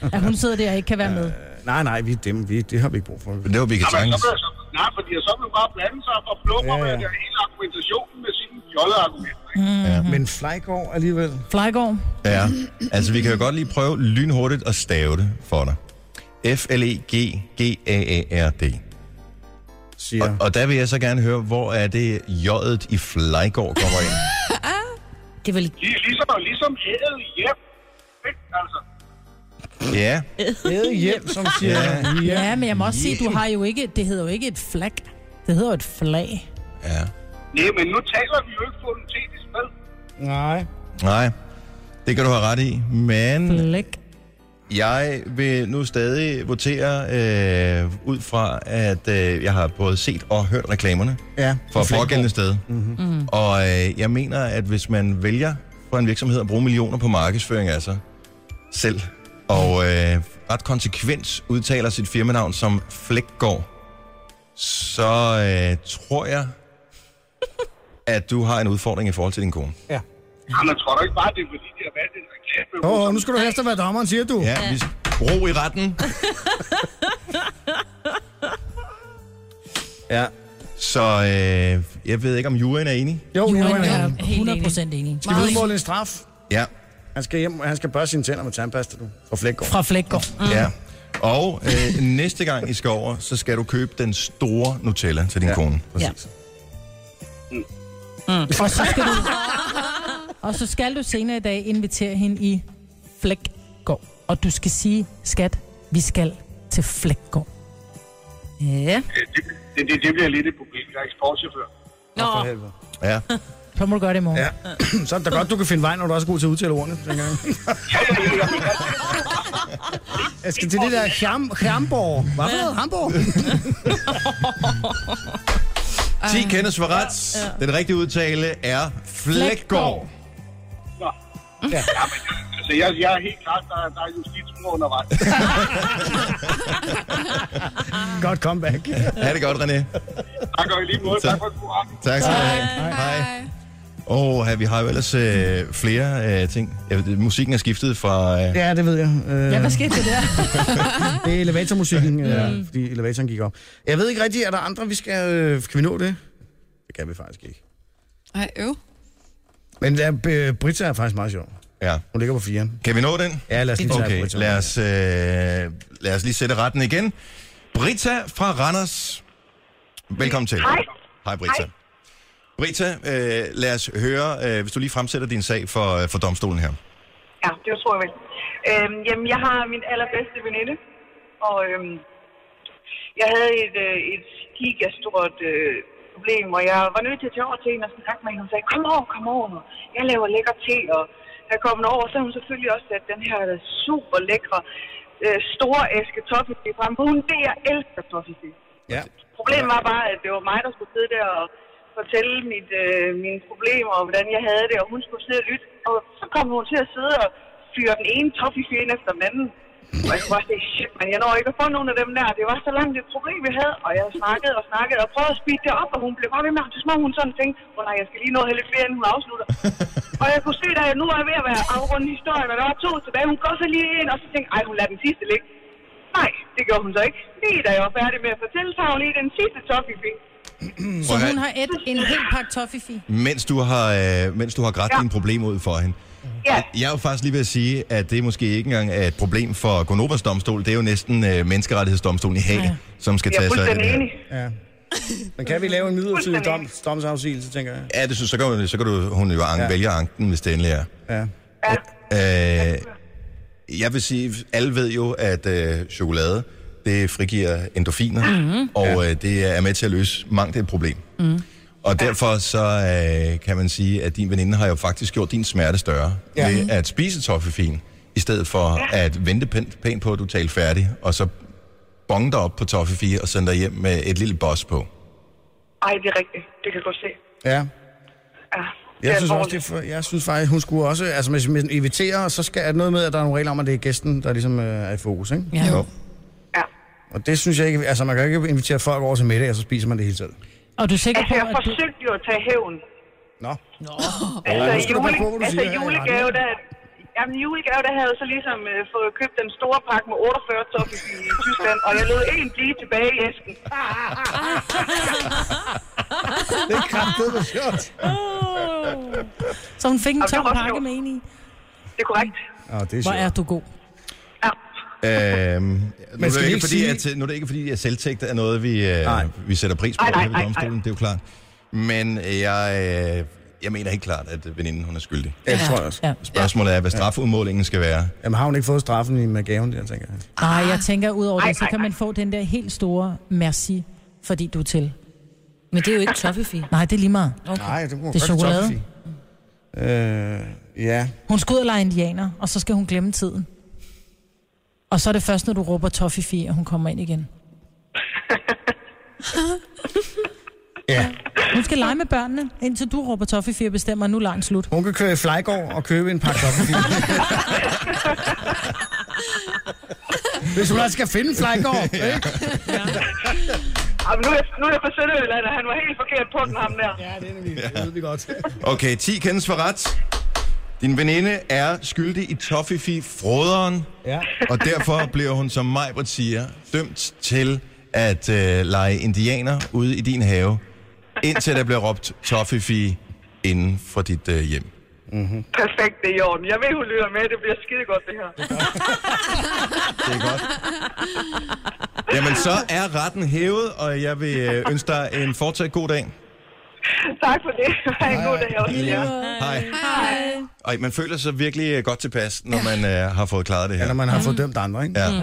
øh, at hun sidder der og ikke kan være med. Nej, nej, vi er dem. Vi, det har vi ikke brug for. Det var vi Jamen, så vil jeg så, nej, fordi jeg så vil bare blande sig og plummer Ja, ja, ja. ja. med hele argumentationen med sine fjollede argumenter. Mm-hmm. Mhm. Men Flejgaard alligevel. Flejgaard. Ja. Altså, vi kan jo godt lige prøve lynhurtigt at stave det for dig. E F-L-E-G-G-A-A-R-D. Siger. Og, og der vil jeg så gerne høre, hvor er det J'et i Flejgård kommer ind? Det er vel... Lige, ligesom, ligesom ædel hjem. Ikke? Altså, Ja. Æde hjem, som siger. Ja. Ja, men jeg må også sige, du har jo ikke... Det hedder jo ikke et flag. Det hedder jo et flag. Ja. nej, men nu taler vi jo ikke fonetisk med. Nej. Nej, det kan du have ret i, men Flæk. jeg vil nu stadig votere øh, ud fra, at øh, jeg har både set og hørt reklamerne Ja. for Flejgaard. pågældende sted. Mm-hmm. Og øh, jeg mener, at hvis man vælger for en virksomhed at bruge millioner på markedsføring af sig selv, og øh, ret konsekvent udtaler sit firmanavn som Flækgaard, så øh, tror jeg, at du har en udfordring i forhold til din kone. Jamen, jeg tror da ikke bare, det er fordi, de har valgt en reklame. Åh, oh, nu skal du hæfte, hvad dommeren siger, du. Ja, vi ro i retten. ja. Så øh, jeg ved ikke, om juryen er enig? Jo, jo, Jo, jo, jeg jo. er enig. 100% enig. Skal vi udmåle en straf? Ja. Han skal, hjem, han skal børste sine tænder med tandpasta, du. For Flækgaard. Fra Flækgaard. Mm. ja. Og øh, næste gang I skal over, så skal du købe den store Nutella til din ja. kone. Præcis. Og så skal du... Og så skal du senere i dag invitere hende i Flækgaard. Og du skal sige, skat, vi skal til Flækgaard. Ja. Øh, Det, det, det, det bliver lidt et problem. Jeg er eksportchauffør. Nå, For helvede. Ja. Så må du gøre det i morgen. Ja. Så er det da godt, du kan finde vej, når du også er god til at udtale ordene. tænker jeg. Jeg skal til det der Ham, Hamborg. Hvad for noget? Hamborg? 10 kendes for ret. Ja, ja. Den rigtige udtale er Flækgaard. Nå. Ja. Jamen, altså, jeg, jeg er helt klart, der, der er justitsmord undervejs. Godt comeback. Ha' det godt, René. Tak og i lige måde. Tak. Tak for at du har den. Tak skal du have. Hej. Og vi har jo ellers øh, flere øh, ting. Jeg ved, musikken er skiftet fra... Øh, Ja, det ved jeg. Øh, Ja, hvad skete der der? Det er elevatormusikken, øh, fordi elevatoren gik op. Jeg ved ikke rigtigt, er der andre, vi skal... Øh, kan vi nå det? Det kan vi faktisk ikke. Ej, øv. Men der, øh, Britta er faktisk meget sjov. ja. Hun ligger på firen. Kan vi nå den? Ja, lad os lige tage Okay, Britta. lad os, øh, lad os lige sætte retten igen. Brita fra Randers. Velkommen til. Hej. Hej, Brita. Hej. Brita, øh, lad os høre, øh, hvis du lige fremsætter din sag for, øh, for domstolen Mm. her. Ja, det tror jeg vel. Øhm, jamen, jeg har min allerbedste veninde, og øhm, jeg havde et, øh, et gigastort øh, problem, og jeg var nødt til at tage over til hende og snakke med hende. Hun sagde, kom over, kom over, jeg laver lækker te, og jeg kom over, så har hun selvfølgelig også sat den her super lækre øh, store æske toffee frem. Hun det, jeg elsker toffee. Ja. Problemet var bare, at det var mig, der skulle sidde der og fortælle mit, øh, mine problemer og hvordan jeg havde det, og hun skulle sidde og lytte. Og så kom hun til at sidde og fyre den ene toffifee ind efter den anden. Og jeg kunne bare sige, shit, men jeg når ikke at få nogen af dem der. Det var så langt et problem, jeg havde, og jeg snakkede og snakkede og prøvede at speede det op, og hun blev bare ved med, at så må hun sådan tænkte, åh oh, nej, jeg skal lige nå at have lidt flere, inden hun afslutter. og jeg kunne se, da jeg nu er ved at være afrundet historien, og der var to tilbage, hun går så lige ind, og så tænkte jeg, ej, hun lader den sidste ligge. Nej, det gjorde hun så ikke. Lige da jeg var færdig med at fortælle, så har hun lige den sidste toffifee. Så Prøv at høre, hun har et, en hel pakke toffifee. mens, du har, øh, mens du har grædt ja. Ja. dine problemer ud for hende. Ja. Jeg er jo faktisk lige ved at sige, at det måske ikke engang er et problem for Gonobas domstol. Det er jo næsten øh, menneskerettighedsdomstolen i Haag, ja. som skal tage sig af det her. Ja. Men kan vi lave en midlertidig dom, domsafsigelse, tænker jeg? Ja, det synes, så kan, hun- så kan du, hun jo anke, ja. Ja. vælge anken, hvis det endelig er. Ja. Øh, jeg vil sige, alle ved jo, at øh, chokolade, det frigiver endorfiner, mm. Mhm. og øh, det er med til at løse mange et problem. Mm. Og derfor så øh, kan man sige, at din veninde har jo faktisk gjort din smerte større ja. Ja. ved at spise toffefin, i stedet for ja. at vente pænt, pænt på, at du taler færdig, og så bonge dig op på toffefin og sende dig hjem med et lille boss på. Ej, det er rigtigt. Det kan jeg godt se. Ja. Ja. Jeg synes, også, det er for, jeg synes faktisk, hun skulle også... Altså, hvis man inviterer, så skal er noget med, at der er nogle regler om, at det er gæsten, der ligesom øh, er i fokus, ikke? Ja. Jo. Og det synes jeg ikke... Altså, man kan jo ikke invitere folk over til middag, og så spiser man det hele selv. Og du er sikker altså, jeg forsøgte jo at tage hævn. Nå. Nå. Åh, Altså, nu skal du jule, passe på, hvad du altså siger her i julegave, der... Jamen, julegave, der havde jeg så ligesom øh, fået købt den store pakke med 48 toffees i Tyskland, og jeg lod en blive tilbage i æsken. det er Ah. kraftedt, hvor sjovt. Så hun fik en Jamen, det tom var også pakke sjovt. med en i. Det er korrekt. Ja, det Hvor er du god. Øhm, nu, er det skal vi ikke ikke fordi, sige- at, øh, nu er det ikke fordi, at selvtægt er noget, vi, øh, vi sætter pris på Nej, nej, her ved nej, domstolen, det er jo klart. Men jeg, øh, jeg mener helt klart, at øh, veninden hun er skyldig. Ja, det tror jeg også. Ja. Spørgsmålet er, hvad strafudmålingen skal være. Jamen, har hun ikke fået straffen i med gaven der, tænker jeg? Nej, Ah. jeg tænker, udover det, så kan man få den der helt store merci, fordi du er til. Men det er jo ikke toffefi. Nej, det er lige meget. Okay. Nej, det må Det er chokolade. Øh, ja. Hun skal ud og lege indianer, og så skal hun glemme tiden. Og så er det først, når du råber toffefi, at hun kommer ind igen. Ja. Hun skal lege med børnene, indtil du råber toffefi og bestemmer, at nu er lejen slut. Hun kan køre i Flejgård og købe en pakke toffefilm. Hvis hun også skal finde en Flejgård, ikke? Jamen, nu er jeg, nu er jeg fra Sønderjylland, og han var helt forkert på den, ham der. Ja, det er nemlig. Det ved vi godt. Okay, 10 kendes for ret. Din veninde er skyldig i Toffefi froderen, Ja. og derfor bliver hun, som Majbert siger, dømt til at øh, lege indianer ude i din have, indtil der bliver råbt Toffefi inden for dit øh, hjem. Mm-hmm. Perfekt, det er i orden. Jeg ved, hun lytter med. Det bliver skide godt, det her. Det er godt. Jamen, så er retten hævet, og jeg vil øh, ønske dig en fortsat god dag. tak for det. Ha' en god dag også. Ja. Hej. Hej. Ej, man føler sig virkelig øh, godt tilpas, når man øh, har fået klaret det her. Eller man har fået dømt andre, ikke? Ja.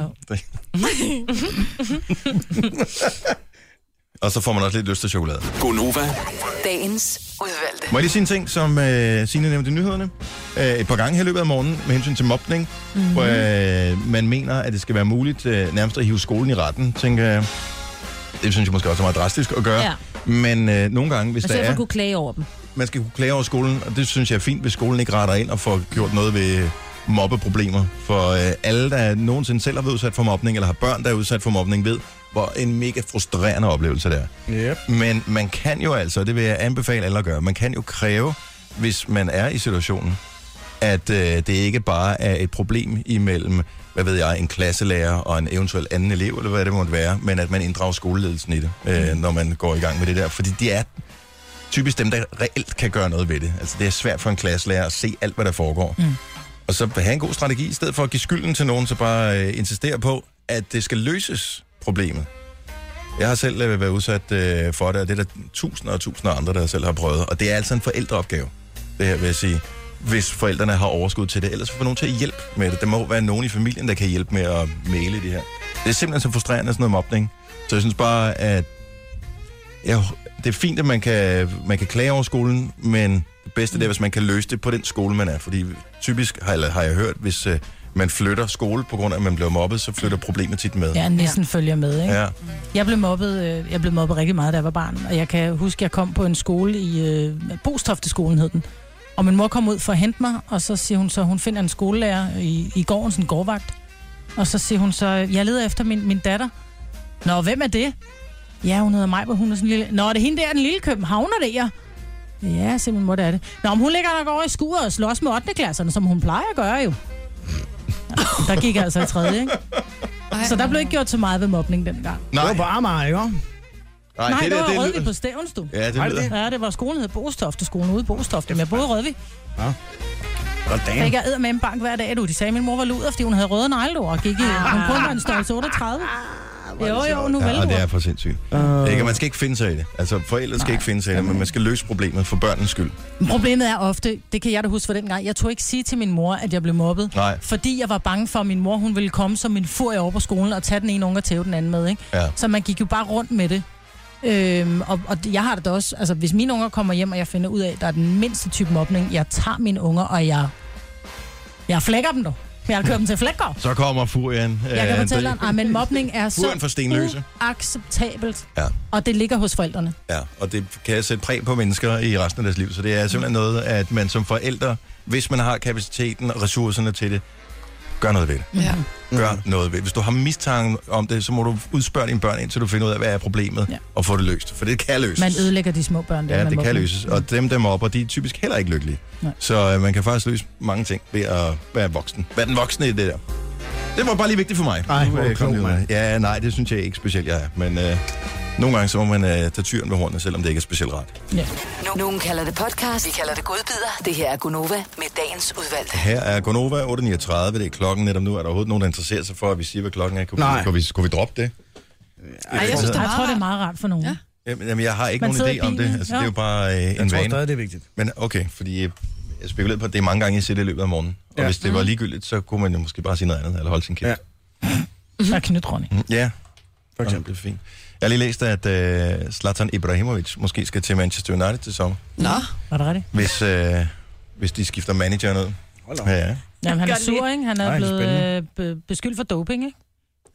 Og så får man også lidt lyst til chokolade. Gonova. Dagens udvalgte. Må jeg lige sige en ting, som øh, Signe nævnte i nyhederne? Øh, et par gange her i løbet af morgenen med hensyn til mobning, mm. hvor øh, man mener, at det skal være muligt øh, nærmest at hive skolen i retten, tænker jeg. Det synes jeg måske også er meget drastisk at gøre. Ja. Ja. Men øh, nogle gange, hvis Hvis der jeg er... kunne klage over dem. Man skal kunne klage over skolen, og det synes jeg er fint, hvis skolen ikke retter ind og får gjort noget ved mobbeproblemer. For øh, alle, der nogensinde selv har været udsat for mobning, eller har børn, der er udsat for mobning, ved, hvor en mega frustrerende oplevelse det er. Yep. Men man kan jo altså, og det vil jeg anbefale alle at gøre, man kan jo kræve, hvis man er i situationen, at øh, det ikke bare er et problem imellem, hvad ved jeg, en klasselærer og en eventuel anden elev, eller hvad det måtte være, men at man inddrager skoleledelsen i det, øh, når man går i gang med det der. Fordi det er typisk dem, der reelt kan gøre noget ved det. Altså det er svært for en klasselærer at se alt, hvad der foregår. Mm. Og så have en god strategi, i stedet for at give skylden til nogen, så bare øh, insistere på, at det skal løses, problemet. Jeg har selv øh, været udsat øh, for det, og det er der tusinder og tusinder af andre, der selv har prøvet. Og det er altså en forældreopgave, det her vil jeg sige. Hvis forældrene har overskud til det, ellers får nogen til at hjælpe med det. Der må være nogen i familien, der kan hjælpe med at male det her. Det er simpelthen så frustrerende, sådan noget mobning. Så jeg synes bare, at ja, det er fint, at man kan, man kan klage over skolen, men det bedste det er, hvis man kan løse det på den skole, man er. Fordi typisk har, eller har jeg hørt, hvis øh, man flytter skole på grund af, at man bliver mobbet, så flytter problemet tit med. Ja, næsten følger med, ikke? Ja. Jeg blev, mobbet, øh, jeg blev mobbet rigtig meget, da jeg var barn. Og jeg kan huske, jeg kom på en skole i... Øh, Bostofteskolen hed den. Og min mor kom ud for at hente mig, og så siger hun så, hun finder en skolelærer i, i gården, sådan en gårdvagt. Og så siger hun så, jeg leder efter min, min datter. Nå, hvem er det? Ja, hun hedder Maj, hun er sådan en lille... Nå, er det hende der, den lille københavner der? Ja, simpelthen må det er det. Nå, men hun ligger nok over i skuret og slås med 8. klasserne, som hun plejer at gøre jo. Der gik jeg altså i tredje, ikke? Så der blev ikke gjort så meget ved mobning dengang. Nej. Det var på Amager, ikke? Nej, Nej det, der, var Rødvig på Stævns, du. Ja, det Var lyder- Ja, det var skolen, der hed Bostofte, skolen ude i Bostofte, men jeg boede i Rødvig. Ja. Sådan. Fik jeg æder med en bank hver dag, du. De sagde, at min mor var luder, fordi hun havde røde negledo og gik i. Hun kun var en størrelse 38. Jo, jo, nu vel Ja, det du. er for sindssygt. Øh. Uh. Ikke, og man skal ikke finde sig i det. Altså, forældre skal ikke finde sig i det, men man skal løse problemet for børnens skyld. Problemet er ofte, det kan jeg da huske fra den gang, jeg tog ikke sige til min mor, at jeg blev mobbet. Nej. Fordi jeg var bange for, at min mor hun ville komme som en furie over på skolen og tage den ene unge og tæve den anden med. Ikke? Ja. Så man gik jo bare rundt med det. Øhm, og, og jeg har det da også, altså hvis mine unger kommer hjem, og jeg finder ud af, at der er den mindste type mobning, jeg tager mine unger, og jeg, jeg flækker dem dog. Jeg kører dem til flækker. Så kommer furien. øh, Jeg kan fortælle dig, at men mobning er Furien for så Stenløse. uacceptabelt, Ja. og det ligger hos forældrene. Ja, og det kan sætte præg på mennesker i resten af deres liv. Så det er simpelthen noget, at man som forældre, hvis man har kapaciteten og ressourcerne til det, gør noget ved det. Ja. Mm. Gør noget ved det. Hvis du har mistanke om det, så må du udspørge dine børn, indtil du finder ud af, hvad er problemet, ja. og få det løst. For det kan løses. Man ødelægger de små børn. der Ja, med det kan mobning. løses. Og dem, der mobber, de er typisk heller ikke lykkelige. Nej. Så øh, man kan faktisk løse mange ting ved at være voksen. Hvad den voksne i det der? Det var bare lige vigtigt for mig. Ej, Nu, hvor øh, klog, kom det ud af. mand. Ja, nej, det synes jeg ikke specielt, jeg er. Men øh, nogle gange så må man øh, tage tyren ved hornene, selvom det ikke er specielt rart. Ja. Nogen kalder det podcast, vi kalder det godbider. Det her er Gunova med dagens udvalgte. Her er Gonova 8.39, det er klokken netop nu. Er der overhovedet nogen, der interesserer sig for, at vi siger, hvad klokken er? Kunne, Nej. Vi, kunne, vi, kunne vi droppe det? Ej, jeg, synes, det er jeg tror, det er meget rart for nogen. Ja. Jamen, jamen, jeg har ikke Man nogen idé sidder i om det. bilen, Altså, jo. det er jo bare øh, en Jeg tror vane. stadig, det er vigtigt. Men okay, fordi øh, jeg spekulerer på, at det er mange gange, jeg siger det i løbet af morgenen. Og Ja. Mhm. hvis det var ligegyldigt, så kunne man jo måske bare sige noget andet, eller holde sin kæft. Og knytronning. Mm, Ja, For Nå, det er fint. Jeg har lige læst, at øh, Zlatan Ibrahimovic måske skal til Manchester United til sommer, Nå, Var det rigtigt? hvis, øh, hvis de skifter manager ud. Hold op. Ja. Jamen, han Gør er det sur, ikke? Han er Ej, blevet spændende. øh, be- beskyldt for doping, ikke?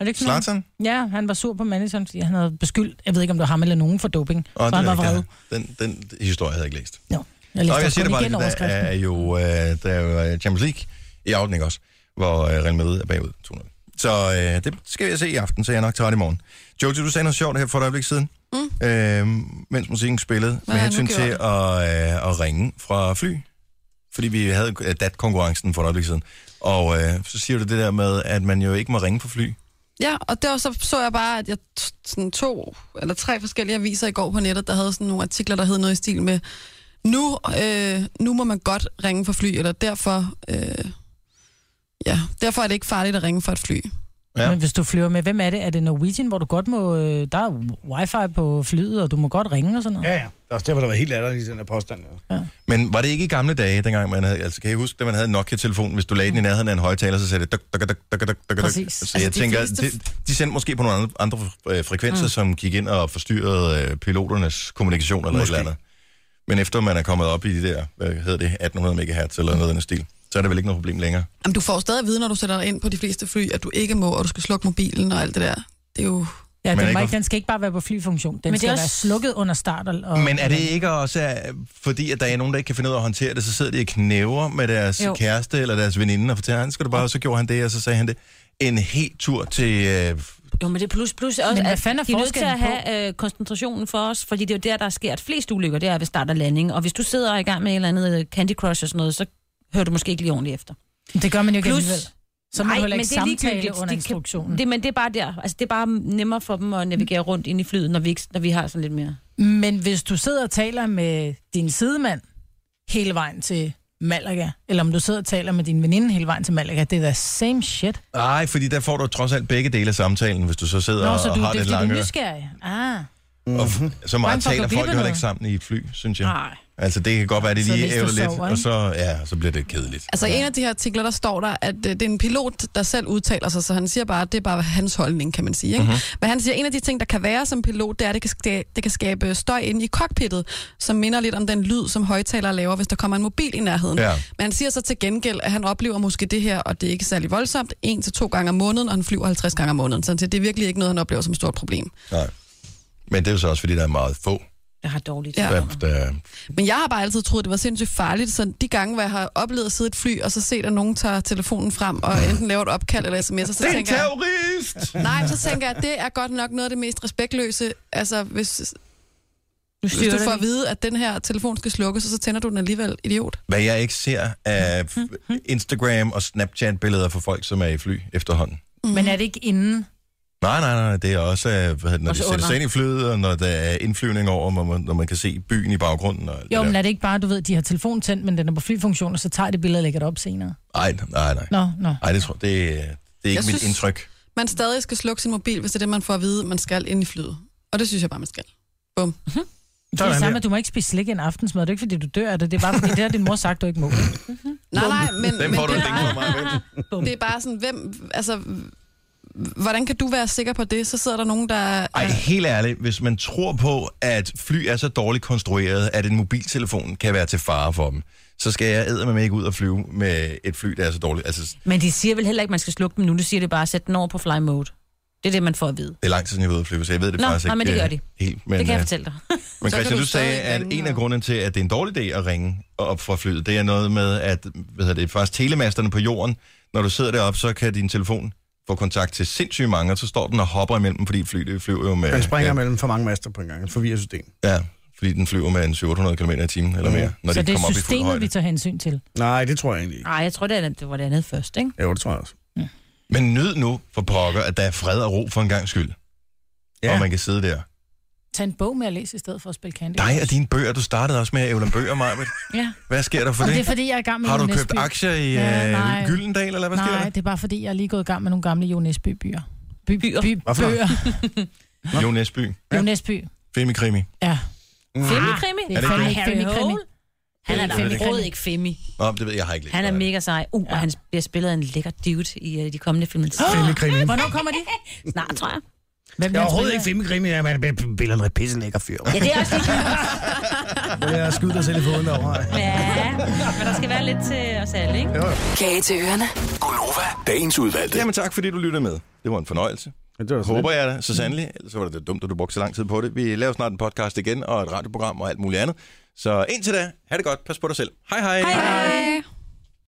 Er det ikke sådan Zlatan? noget? Ja, han var sur på manageren, fordi han havde beskyldt, jeg ved ikke, om det var ham eller nogen for doping. Åh, Oh, så det han er var rigtigt, vred. ja. den, den historie havde jeg ikke læst. Jo, jeg Nå, læste jeg også siger det kun bare, igen lige, der overskriften. er jo, øh, der er jo øh, Champions League i aften, ikke også? Hvor øh, Real Madrid er bagud 200. Så øh, det skal jeg se i aften, så jeg er nok træt i morgen. Jojo, du sagde noget sjovt her for et øjeblik siden, mm. øh, mens musikken spillede, Hvad med har jeg hensyn nu til at, øh, at ringe fra fly. Fordi vi havde øh, DAT-konkurrencen for et øjeblik siden. Og øh, så siger du det der med, at man jo ikke må ringe på fly. Ja, og der så, så jeg bare, at jeg t- sådan to eller tre forskellige aviser i går på nettet, der havde sådan nogle artikler, der hed noget i stil med, nu, øh, nu må man godt ringe for fly, eller derfor, øh, ja, derfor er det ikke farligt at ringe for et fly. Ja. Ja. Men hvis du flyver med, hvem er det? Er det Norwegian, hvor du godt må... øh, Der er wifi på flyet, og du må godt ringe og sådan noget? Ja, ja. Det er også der, hvor der var helt ærgerligt i den her påstand. Ja. Men var det ikke i gamle dage, dengang man havde, altså kan I huske, da man havde en Nokia-telefon, hvis du lagde den i nærheden af en højtaler, så sagde det duk, duk, duk, duk, duk, duk, duk. Præcis. Så jeg Altså, de tænker, fleste- de, de sendte måske på nogle andre, andre øh, frekvenser, mm. som gik ind og forstyrrede øh, piloternes kommunikation eller måske. Måske. et eller andet. Men efter man er kommet op i de der, hvad hedder det, 1800 megahertz eller noget i den stil, så er det vel ikke noget problem længere. Jamen, du får stadig at vide, når du sætter dig ind på de fleste fly, at du ikke må, og du skal slukke mobilen og alt det der. Det er jo... Ja, Men er den, ikke- må ikke, den skal ikke bare være på flyfunktion. Den det er skal også- være slukket under start. Og, og- Men er det ikke også, øh, fordi at der er nogen, der ikke kan finde ud af at håndtere det, så sidder de og knæver med deres jo. Jo. kæreste eller deres veninde og fortæller, han skal du bare, og så gjorde han det, og så sagde han det. En helt tur til øh, Jo, men det er plus plus også, Men hvad at fanden er de er nødt til at forskellen på? have øh, koncentrationen for os, fordi det er jo der, der sker flest ulykker, det er ved start og landing. Og hvis du sidder og er i gang med et eller andet øh, Candy Crush og sådan noget, så hører du måske ikke lige ordentligt efter. Det gør man jo ikke Plus- alligevel. Så må Nej, du heller ikke men det er samtale ligegyldigt. under De kan- instruktionen. Det, men det er bare der. Altså, det er bare nemmere for dem at navigere rundt ind i flyet, når vi, ikke, når vi har sådan lidt mere. Men hvis du sidder og taler med din sidemand hele vejen til Malaga, eller om du sidder og taler med din veninde hele vejen til Malaga, det er da same shit. Nej, fordi der får du trods alt begge dele af samtalen, hvis du så sidder Nå, og så du, har det er det fordi, lange du er øre. nysgerrig. Ah. Og f- så meget Bange for at gå taler glip folk af jo heller ikke noget. sammen i et fly, synes jeg. Nej. Altså, det kan godt være, at det Så lige hvis du ævler lidt, sover, og ikke? så, ja, så bliver det kedeligt. Altså, i en af de her artikler, der står der, at øh, det er en pilot, der selv udtaler sig, så han siger bare, at det er bare hans holdning, kan man sige. Ikke? Mm-hmm. Men han siger, at en af de ting, der kan være som pilot, det er, at det kan, ska- det kan skabe støj inde i cockpittet, som minder lidt om den lyd, som højtalere laver, hvis der kommer en mobil i nærheden. Ja. Men han siger så til gengæld, at han oplever måske det her, og det er ikke særlig voldsomt, en til to gange om måneden, og han flyver 50 gange om måneden. Så han siger, det er virkelig ikke noget, han oplever som et stort problem. Nej. Men det er jo så også, fordi der er meget få, Jeg har dårligt. Ja. der, der Men jeg har bare altid troet, det var sindssygt farligt, så de gange, hvor jeg har oplevet at sidde i et fly, og så set, at nogen tager telefonen frem, og enten laver et opkald eller sms'er, så Det er en tænker jeg... terrorist! Nej, så tænker jeg, at det er godt nok noget af det mest respektløse. Altså, hvis, Nu hvis du styrer får det. at vide, at den her telefon skal slukkes, og så tænder du den alligevel, idiot. Hvad jeg ikke ser af Mm. Instagram- og Snapchat-billeder fra folk, som er i fly efterhånden. Men er det ikke inden? Nej, nej, nej, det er også, øh, hvad hedder, det, når Også de sætter sig under. ind i flyet, og når der er indflyvning over, når man, når man kan se byen i baggrunden. Og alt Jo, det men der. er det ikke bare, du ved, de har telefonen tændt, men den er på flyfunktion, og så tager de billeder og lægger det op senere? Ej, nej, nej. Nå, nå. Nej, det tror det, er- det er ikke Jeg mit synes- indtryk. Man stadig skal slukke sin mobil, hvis det er det, man får at vide, man skal ind i flyet. Og det synes jeg bare, man skal. Bum. Det er det samme, at du må ikke spise slik en aftensmad. Det er ikke, fordi du dør af det. Det er bare, fordi det har din mor sagt, du ikke må. Nej, nej, men, Den men får du det, en link fra mig, er, det er bare sådan, hvem, altså, hvordan kan du være sikker på det? Så sidder der nogen, der... Ej, helt ærligt, hvis man tror på, at fly er så dårligt konstrueret, at en mobiltelefon kan være til fare for dem, så skal jeg eddermame ikke ud og flyve med et fly, der er så dårligt. Altså, det Men de siger vel heller ikke, at man skal slukke dem nu. De siger det bare, at sætte den over på fly mode. Det er det, man får at vide. er lang tid siden, jeg var ude at flyve, så jeg ved det Nå, faktisk nej, ikke men det gør øh, de. helt. Men, det kan jeg øh, fortælle dig. Men Så Christian, kan du du sagde, stadig at ringe en af grundene til, at det er en dårlig idé at ringe op fra flyet, det er noget med, at hvad hedder det, faktisk telemasterne på jorden, når du sidder deroppe, så kan din telefon få kontakt til sindssygt mange, og så står den og hopper imellem, fordi flyet flyver jo med... Den springer med. mellem for mange master på en gang. Den forvirrer systemet. Ja, fordi den flyver med en 700 km i timen eller Mhm. mere, når så de det kommer er op i fuld systemet, vi højde. tager hensyn til. Nej, det tror jeg egentlig ikke. Nej, jeg tror, det, er, det var det andet først, ikke? Jo, det tror jeg også. Men nyd nu for pokker, at der er fred og ro for en gang skyld. Ja. Og man kan sidde der. Tag en bog med at læse i stedet for at spille candy. Dig og dine bøger, du startede også med at ævle om bøger, Marvitt. Ja. Hvad sker der for Og det? det er, fordi jeg er i gang med Har du Jo købt Nesbø. aktier i Ja, ja, nej. Gyldendal, eller hvad sker Nej, der? det er bare fordi, jeg er lige gået i gang med nogle gamle Jo Nesby-byer. By, byer. By, Hvad for noget? bøger. Jo Næsby. Jo Nesby. Femikrimi. Ja. Femikrimi? Det er Er det fandme ikke ikke Harry femikrimi. Hole? Han er da Femikrimi. overhovedet ikke Femi. Nå, det ved jeg, jeg har ikke læst. Han er noget af mega sej. Uh, og han bliver spillet af en lækker dude i uh, de kommende film. Femikrimi. Hvornår kommer de? Snart, tror jeg. Hvem Jeg er bliver overhovedet spillet ikke femikrimi, jeg er billeder en pisse lækker fyr. Ja, det er også lidt. Jeg har skudt dig selv i foden derovre. Ja, men der skal være lidt til os alle, ikke? Kage til ørerne. Gunova, dagens det. udvalgte. Jamen tak, fordi du lyttede med. Det var en fornøjelse. Ja, det var Håber jeg da, så sandelig. Ellers var det da dumt, at du brugte så lang tid på det. Vi laver snart en podcast igen, og et radioprogram og alt muligt andet. Så indtil da, ha' det godt. Pas på dig selv. Hej hej. hej. Hej.